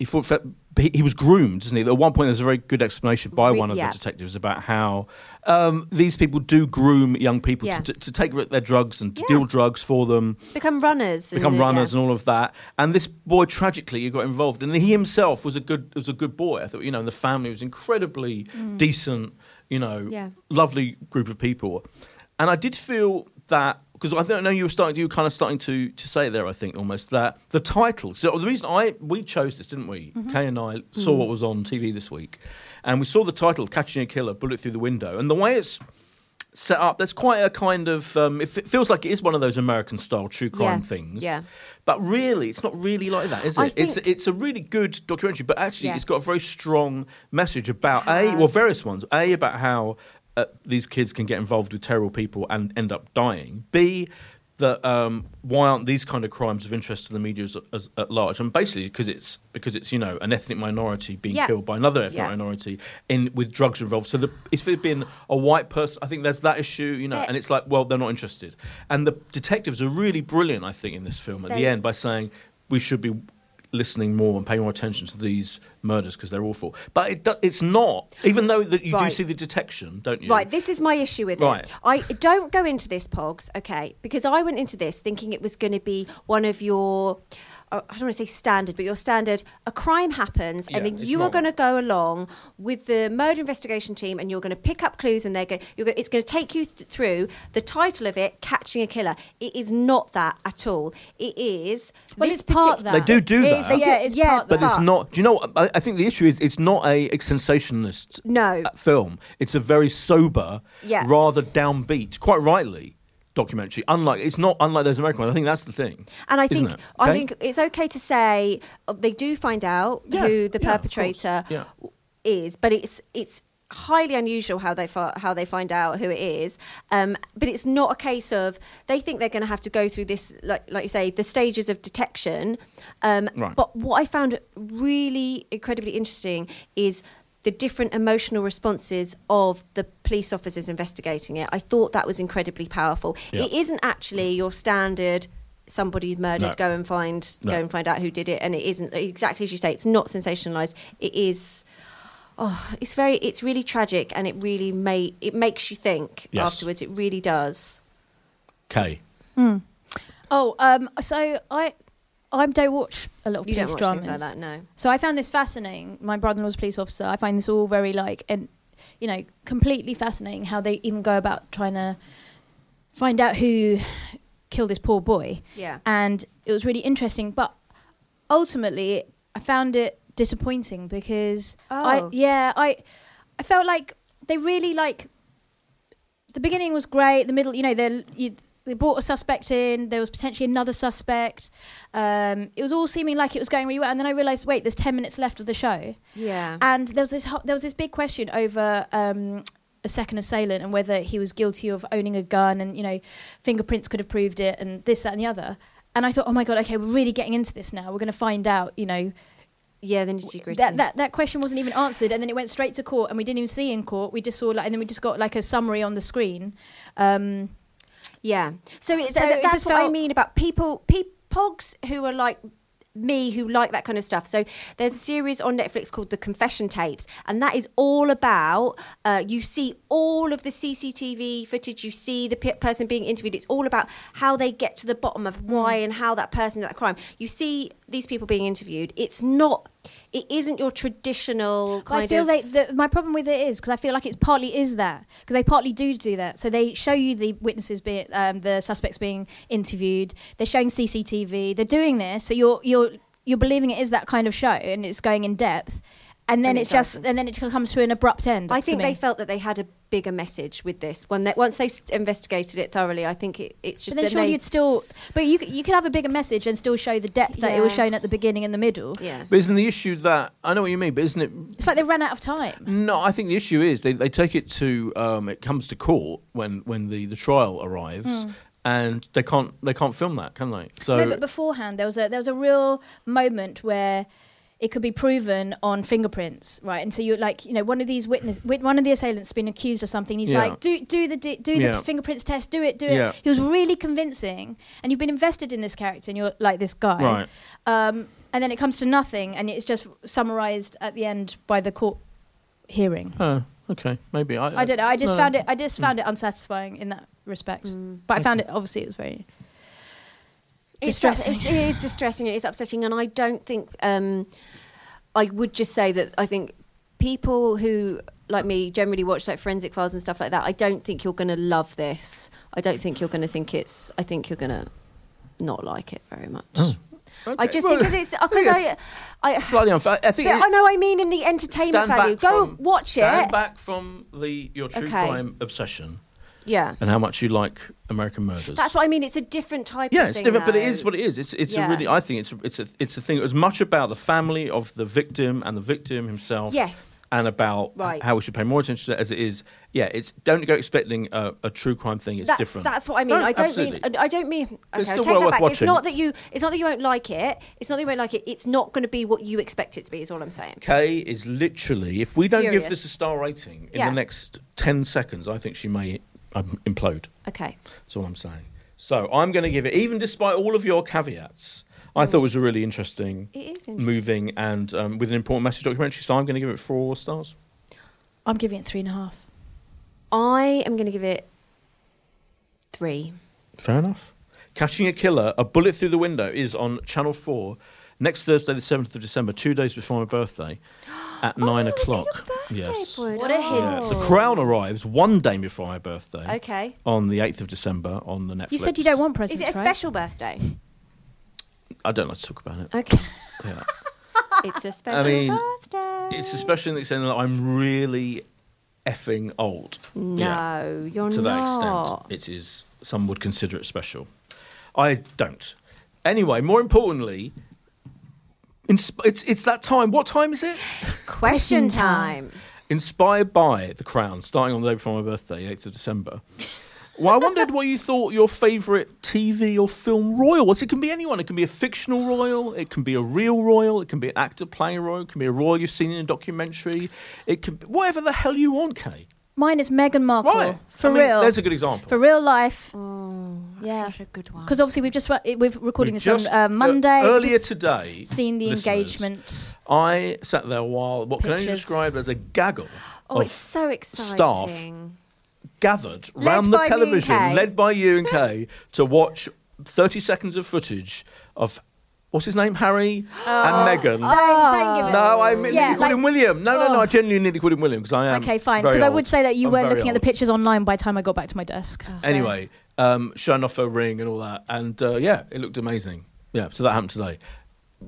A: he thought that he, he was groomed, isn't he? At one point, there's a very good explanation by
D: Re-
A: one of
D: yeah.
A: the detectives about how um, these people do groom young people
D: Yeah.
A: to, to take their drugs and to
D: Yeah.
A: deal drugs for them
D: become runners.
A: become
D: and, uh,
A: runners
D: yeah.
A: and all of that. And this boy tragically he got involved, and he himself was a good was a good boy. I thought you know, and the family was incredibly decent, you know,
D: Mm. Yeah.
A: lovely group of people. And I did feel that because I don't know you were starting you were kind of starting to to say there. I think almost that the title. So the reason I we chose this, didn't we?
D: Mm-hmm.
A: Kay and I saw what was on TV this week, and we saw the title "Catching a Killer: Bullet Through the Window," and the way it's set up. There's quite a kind of um, it f- feels like it is one of those American style true crime
D: Yeah,
A: things.
D: yeah.
A: But really, it's not really like that, is it?
D: I
A: it's
D: think-
A: it's a really good documentary, but actually,
D: Yeah.
A: it's got a very strong message about a
D: It
A: well,
D: has.
A: various ones. A about how uh, these kids can get involved with terrible people and end up dying. B that um, why aren't these kind of crimes of interest to the media as, as, at large? And basically, because it's because it's you know an ethnic minority being
D: Yeah.
A: killed by another ethnic
D: Yeah.
A: minority in with drugs involved. So the, if it had been a white person, I think there's that issue, you know.
D: They-
A: and it's like, well, they're not interested. And the detectives are really brilliant, I think, in this film at the
D: They-
A: end by saying we should be listening more and paying more attention to these murders because they're awful. But it do, it's not, even though that you do
D: Right.
A: see the detection, don't you?
D: Right, this is my issue with
A: Right.
D: it. I don't go into this pogs, okay, because I went into this thinking it was going to be one of your uh, I don't want to say standard, but your standard a crime happens
A: Yeah,
D: and then
A: it's
D: you are
A: not.
D: going to go along with the murder investigation team and you're going to pick up clues and they're going you're going it's going to take you th- through the title of it catching a killer. It is not that at all. It is
B: Well,
D: this
B: it's part
D: partic-
B: that.
A: They do do
B: It
A: that.
B: is-
A: They
B: yeah,
D: do-
B: it's
D: yeah,
B: part
A: But
B: that.
A: it's not. Do you know? what- I, I think the issue is it's not a, sensationalist
D: No.
A: uh, film. It's a very sober,
D: Yeah.
A: rather downbeat, quite rightly, documentary. Unlike it's not unlike those American ones. I think that's the thing.
D: And I
A: isn't
D: think
A: it?
D: I
A: Okay?
D: think it's okay to say uh, they do find out
A: Yeah,
D: who the
A: yeah, of course.
D: perpetrator
A: Yeah.
D: is, but it's it's highly unusual how they fi- how they find out who it is. Um, but it's not a case of they think they're going to have to go through this like like you say the stages of detection. Um,
A: Right.
D: But what I found really incredibly interesting is. The different emotional responses of the police officers investigating it. I thought that was incredibly powerful.
A: Yeah.
D: It isn't actually your standard somebody murdered
A: No.
D: did go and find
A: No.
D: go and find out who did it and it isn't exactly as you say it's not sensationalized it is oh it's very it's really tragic and it really may it makes you think
A: Yes.
D: afterwards it really does
A: Okay.
B: Oh, um, so I I don't watch a lot of
D: you don't
B: police
D: watch
B: dramas.
D: things like that no
B: So I found this fascinating. My brother-in-law's a police officer. I find this all very like and you know completely fascinating how they even go about trying to find out who killed this poor boy.
D: yeah
B: And it was really interesting, but ultimately I found it disappointing because I
D: Oh.
B: yeah, I I felt like they really like the beginning was great, the middle, you know, they you, they brought a suspect in, there was potentially another suspect. Um, it was all seeming like it was going really well and then I realized wait, there's 10 minutes left of the show.
D: yeah
B: And there was this ho- there was this big question over um, a second assailant and whether he was guilty of owning a gun and you know fingerprints could have proved it and this that and the other. And I thought, oh my god, okay, we're really getting into this now. We're going to find out, you know,
D: yeah the nitty gritty
B: that, that that question wasn't even answered, and then it went straight to court, and we didn't even see in court. We just saw like, and then we just got like a summary on the screen. Um,
D: Yeah. So, it's,
B: Uh, So it
D: that's
B: just
D: what I
B: felt-
D: mean about people, people, pogs who are like me who like that kind of stuff. So there's a series on Netflix called The Confession Tapes, and that is all about uh, you see all of the CCTV footage, you see the pe- person being interviewed. It's all about how they get to the bottom
B: Mm.
D: of why and how that person did that crime. You see these people being interviewed. It's not. It isn't your traditional
B: but
D: kind
B: I feel
D: of.
B: they, the, my problem with it is because I feel like it's partly is that because they partly do do that. So they show you the witnesses, being um, the suspects being interviewed. They're showing CCTV. They're doing this, so you're you're you're believing it is that kind of show, and it's going in depth. And then
D: And
B: it,
D: it
B: just
D: doesn't.
B: and then it comes to an abrupt end.
D: I
B: for
D: think
B: me.
D: they felt that they had a bigger message with this. When they, once they s- investigated it thoroughly, I think it, it's just
B: But then
D: that
B: surely
D: they-
B: you'd still, but you c- you could have a bigger message and still show the depth that it was
D: Yeah.
B: shown at the beginning and the middle.
D: Yeah.
A: But isn't the issue that I know what you mean? But isn't it
B: It's like they ran out of time.
A: No, I think the issue is they, they take it to um, it comes to court when when the, the trial arrives,
D: Hmm.
A: and they can't they can't film that, can they? So
B: no, but beforehand there was a there was a real moment where it could be proven on fingerprints, right? And so you're like, you know, one of these witness, wit- one of the assailants been accused of something. He's
A: Yeah.
B: like, do do the d- do the
A: Yeah.
B: fingerprints test, do it, do
A: Yeah.
B: it. He was really convincing, and you've been invested in this character, and you're like this guy,
A: right,
B: um, and then it comes to nothing, and it's just summarized at the end by the court hearing.
A: oh, okay, maybe I
B: I don't know. I just
A: no.
B: found it. I
A: Hmm.
B: just found it unsatisfying in that respect.
D: Hmm.
B: But I found it obviously it was very.
D: It's
B: distressing.
D: upset- it's- it is distressing. It is upsetting, and I don't think um, I would just say that I think people who like me generally watch like forensic files and stuff like that. I don't think you're going to love this. I don't think you're going to think it's. I think you're going to not like it very much. I
A: Oh. Okay.
D: just
A: Well,
D: think because it's
A: I think
D: because I,
A: it's
D: I,
A: slightly unfair. I think
D: but I know I mean in the entertainment
A: stand
D: value.
A: back
D: Go
A: from-
D: watch it.
A: Stand back from the your true
D: Okay.
A: crime obsession.
D: Yeah.
A: and how much you like American Murders.
D: That's what I mean. It's a different type.
A: yeah,
D: of
A: it's
D: thing,
A: different, but it
D: though.
A: is what it is. It's it's
D: Yeah.
A: a really I think it's it's a it's a thing. It was much about the family of the victim and the victim himself.
D: Yes.
A: and about
D: Right.
A: how we should pay more attention to it as it is. Yeah, it's don't go expecting a, a true crime thing. It's
D: that's,
A: different.
D: That's what I mean.
A: No,
D: I don't
A: absolutely.
D: mean. I don't mean. Okay, I'll
A: still
D: take
A: well
D: that
A: worth
D: back. It's
A: watching.
D: not that you. It's not that you won't like it. It's not that you won't like it. It's not going to be what you expect it to be. Is all I'm saying.
A: Kay is literally. If we don't give
D: Furious.
A: this a star rating in
D: Yeah.
A: the next ten seconds, I think she may um, implode.
D: Okay.
A: That's all I'm saying. So I'm going to give it, even despite all of your caveats. I thought it was a really interesting,
D: It is interesting.
A: moving, and um, with an important message documentary. So I'm going to give it four stars.
B: I'm giving it three and a half.
D: I am going to give it three.
A: Fair enough. Catching a Killer, A Bullet Through the Window is on Channel 4 next Thursday, the 7th of December, two days before my birthday, at 9
D: Oh, is it your
A: o'clock.
D: birthday, Oh.
A: yes.
D: Brud?
E: What a
A: Yeah.
E: hint.
A: The Crown arrives one day before my birthday
D: Okay.
A: on the 8th of December on the Netflix.
B: You said you don't want
D: Is
B: presents,
D: it a
B: right?
D: special birthday?
A: I don't like to talk about it.
D: Okay.
A: Yeah.
D: it's a special
A: I mean,
D: birthday.
A: it's especially in the extent that I'm really effing old.
D: Mm. no,
A: Yeah.
D: you're
A: to that extent,
D: not.
A: it is. Some would consider it special. I don't. Anyway, more importantly, insp- it's it's that time. What time is it?
D: Question
B: Question
D: time.
B: time.
A: Inspired by The Crown, starting on the day before my birthday, eighth of December. well, I wondered what you thought your favourite TV or film royal was. It can be anyone. It can be a fictional royal. It can be a real royal. It can be an actor playing a royal. It can be a royal you've seen in a documentary. It can be whatever the hell you want, Kay.
B: Mine is Meghan Markle.
A: Right.
B: For
A: I mean,
B: real.
A: There's a good example.
B: for real life.
D: Ah. Oh, Yeah.
B: yeah.
D: Such a good one.
B: Because obviously we've just re- we're recording
A: We
B: this on
A: just-
B: uh, Monday. We've
A: earlier
B: just
A: today,
B: seen the
A: listeners,
B: engagement.
A: I sat there while what can only be
B: Pictures.
A: described as a gaggle
D: Oh, it's
A: of
D: so
A: staff
D: exciting.
A: gathered round the
D: by me and
A: television,
D: Kay.
A: led by you and Kay, to watch 30 seconds of footage of what's his name, Harry and Meghan.
B: Don't, don't give it.
A: no, I mean,
B: Oh, Yeah,
A: nearly called
B: like-
A: him William. No, no, no, I
B: Oh.
A: genuinely nearly called him William because I am.
B: Okay, fine.
A: very
B: Because I
A: old.
B: would say that you
A: I'm
B: were
A: very
B: looking at the
A: old.
B: pictures online by the time I got back to my desk.
A: Anyway, um, showing off her ring and all that, and uh, yeah, it looked amazing. Yeah, so that happened today.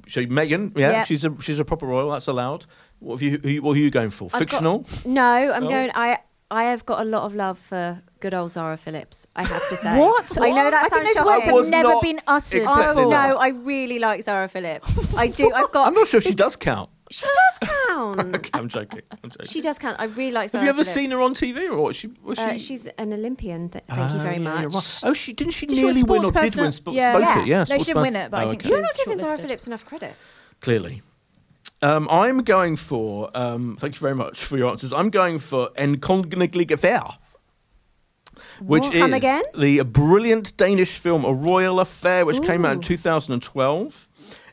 A: So Megan, yeah,
B: Yeah.
A: she's a she's a proper royal. That's allowed. What have you? Who, what are you going for?
D: I've got-
A: Fictional?
D: No, I'm
A: No?
D: going. I I have got a lot of love for good old Zara Phillips. I have to say.
B: What?
D: I know that
B: I
D: sounds
B: think those words
A: I was
B: have never
A: not
B: been uttered.
A: expecting
D: Oh
A: Definitely
D: no,
A: not.
D: I really like Zara Phillips. I do. I've got.
A: I'm not sure if she does count.
D: She does count.
A: Okay, I'm joking. I'm joking.
D: she does count. I really like Zara.
A: have you ever
D: Phillips.
A: seen her on TV or what? She, was she?
D: Uh, she's an Olympian. Th- thank you
A: Ah,
D: very
A: yeah,
D: much.
A: you're right. Oh, she didn't she
B: Did she
A: nearly
B: was
A: win or
B: sports
A: did win
B: person-
A: sports
B: Yeah.
A: vote
D: Yeah.
A: it? Yeah,
B: No, she
A: sports
B: didn't win
A: person-
B: it, but I
A: Oh,
B: think
A: okay.
B: she
D: You're not
B: She's
D: giving Zara
B: shortlisted.
D: Phillips enough credit.
A: Clearly. Um, I'm going for. Um, thank you very much for your answers. I'm going for Enkongnigligafær. Which
D: What?
A: is
D: Come again?
A: the brilliant Danish film A Royal Affair, which came out in 2012.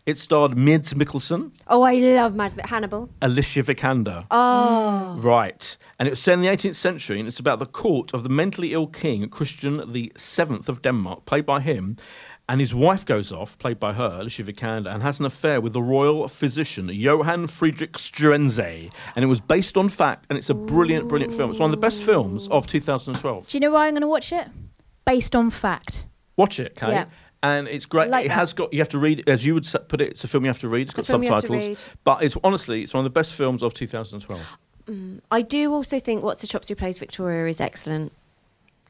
A: It starred Mids Mikkelsen,
D: Oh, I love Mads but Hannibal.
A: Alicia Vikander.
D: Oh,
A: Right. And it was set in the 18th century, and it's about the court of the mentally ill king, Christian the Seventh of Denmark, played by him. And his wife goes off, played by her, Alicia Vikander, and has an affair with the royal physician, Johann Friedrich Struense. And it was based on fact, and it's a brilliant, brilliant film. It's one of the best films of 2012.
B: Do you know why I'm going to watch it? Based on fact.
A: Watch it, Kate.
B: Yeah.
A: And it's great.
D: Like
A: it
D: that.
A: has got, you have to read, as you would s- put it, it's a film you have to read. It's got
D: film you have to
A: subtitles.
D: read.
A: But it's honestly, it's one of the best films of 2012.
D: Mm. I do also think What's the Chops Who Plays Victoria is excellent.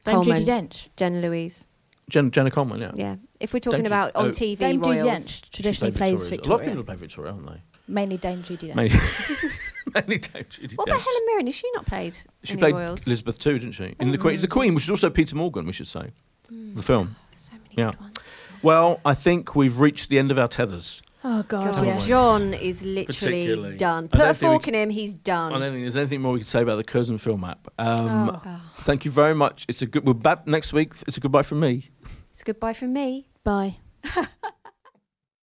B: Don't
D: Coleman.
B: Judy Dench.
D: Jenna Louise.
A: Jen, Jenna Coleman, yeah.
D: Yeah. If we're
A: Oh. Don't
D: talking
A: you-
D: about on
A: oh.
D: TV
B: Dame Judy
D: royals.
B: Dench traditionally
A: She played
B: plays
A: A lot of people
B: Victoria.
A: play Victoria, haven't they?
B: Mainly Dame Judy Dench.
A: Mainly, mainly Dame Judy
D: What about
A: Dench.
D: Helen Mirren? Has she not played
A: She
D: any
A: played
D: royals?
A: Elizabeth too, didn't she? In the Queen, the Queen, which is also Peter Morgan, we should say, the film.
D: Mm. So many
A: Yeah.
D: good ones.
A: Well, I think we've reached the end of our tethers.
B: Oh, God,
D: God,
A: yes.
D: John is
A: Particularly.
D: literally
A: I
D: done.
A: don't
D: Put a
A: think we
D: fork
A: can-
D: in him. He's
A: I don't
D: done.
A: think there's anything more we could say about the Curzon film app. Um,
B: Oh,
A: Thank you very much. It's a good. We're back next week. It's a goodbye from me.
D: It's goodbye from me.
B: Bye.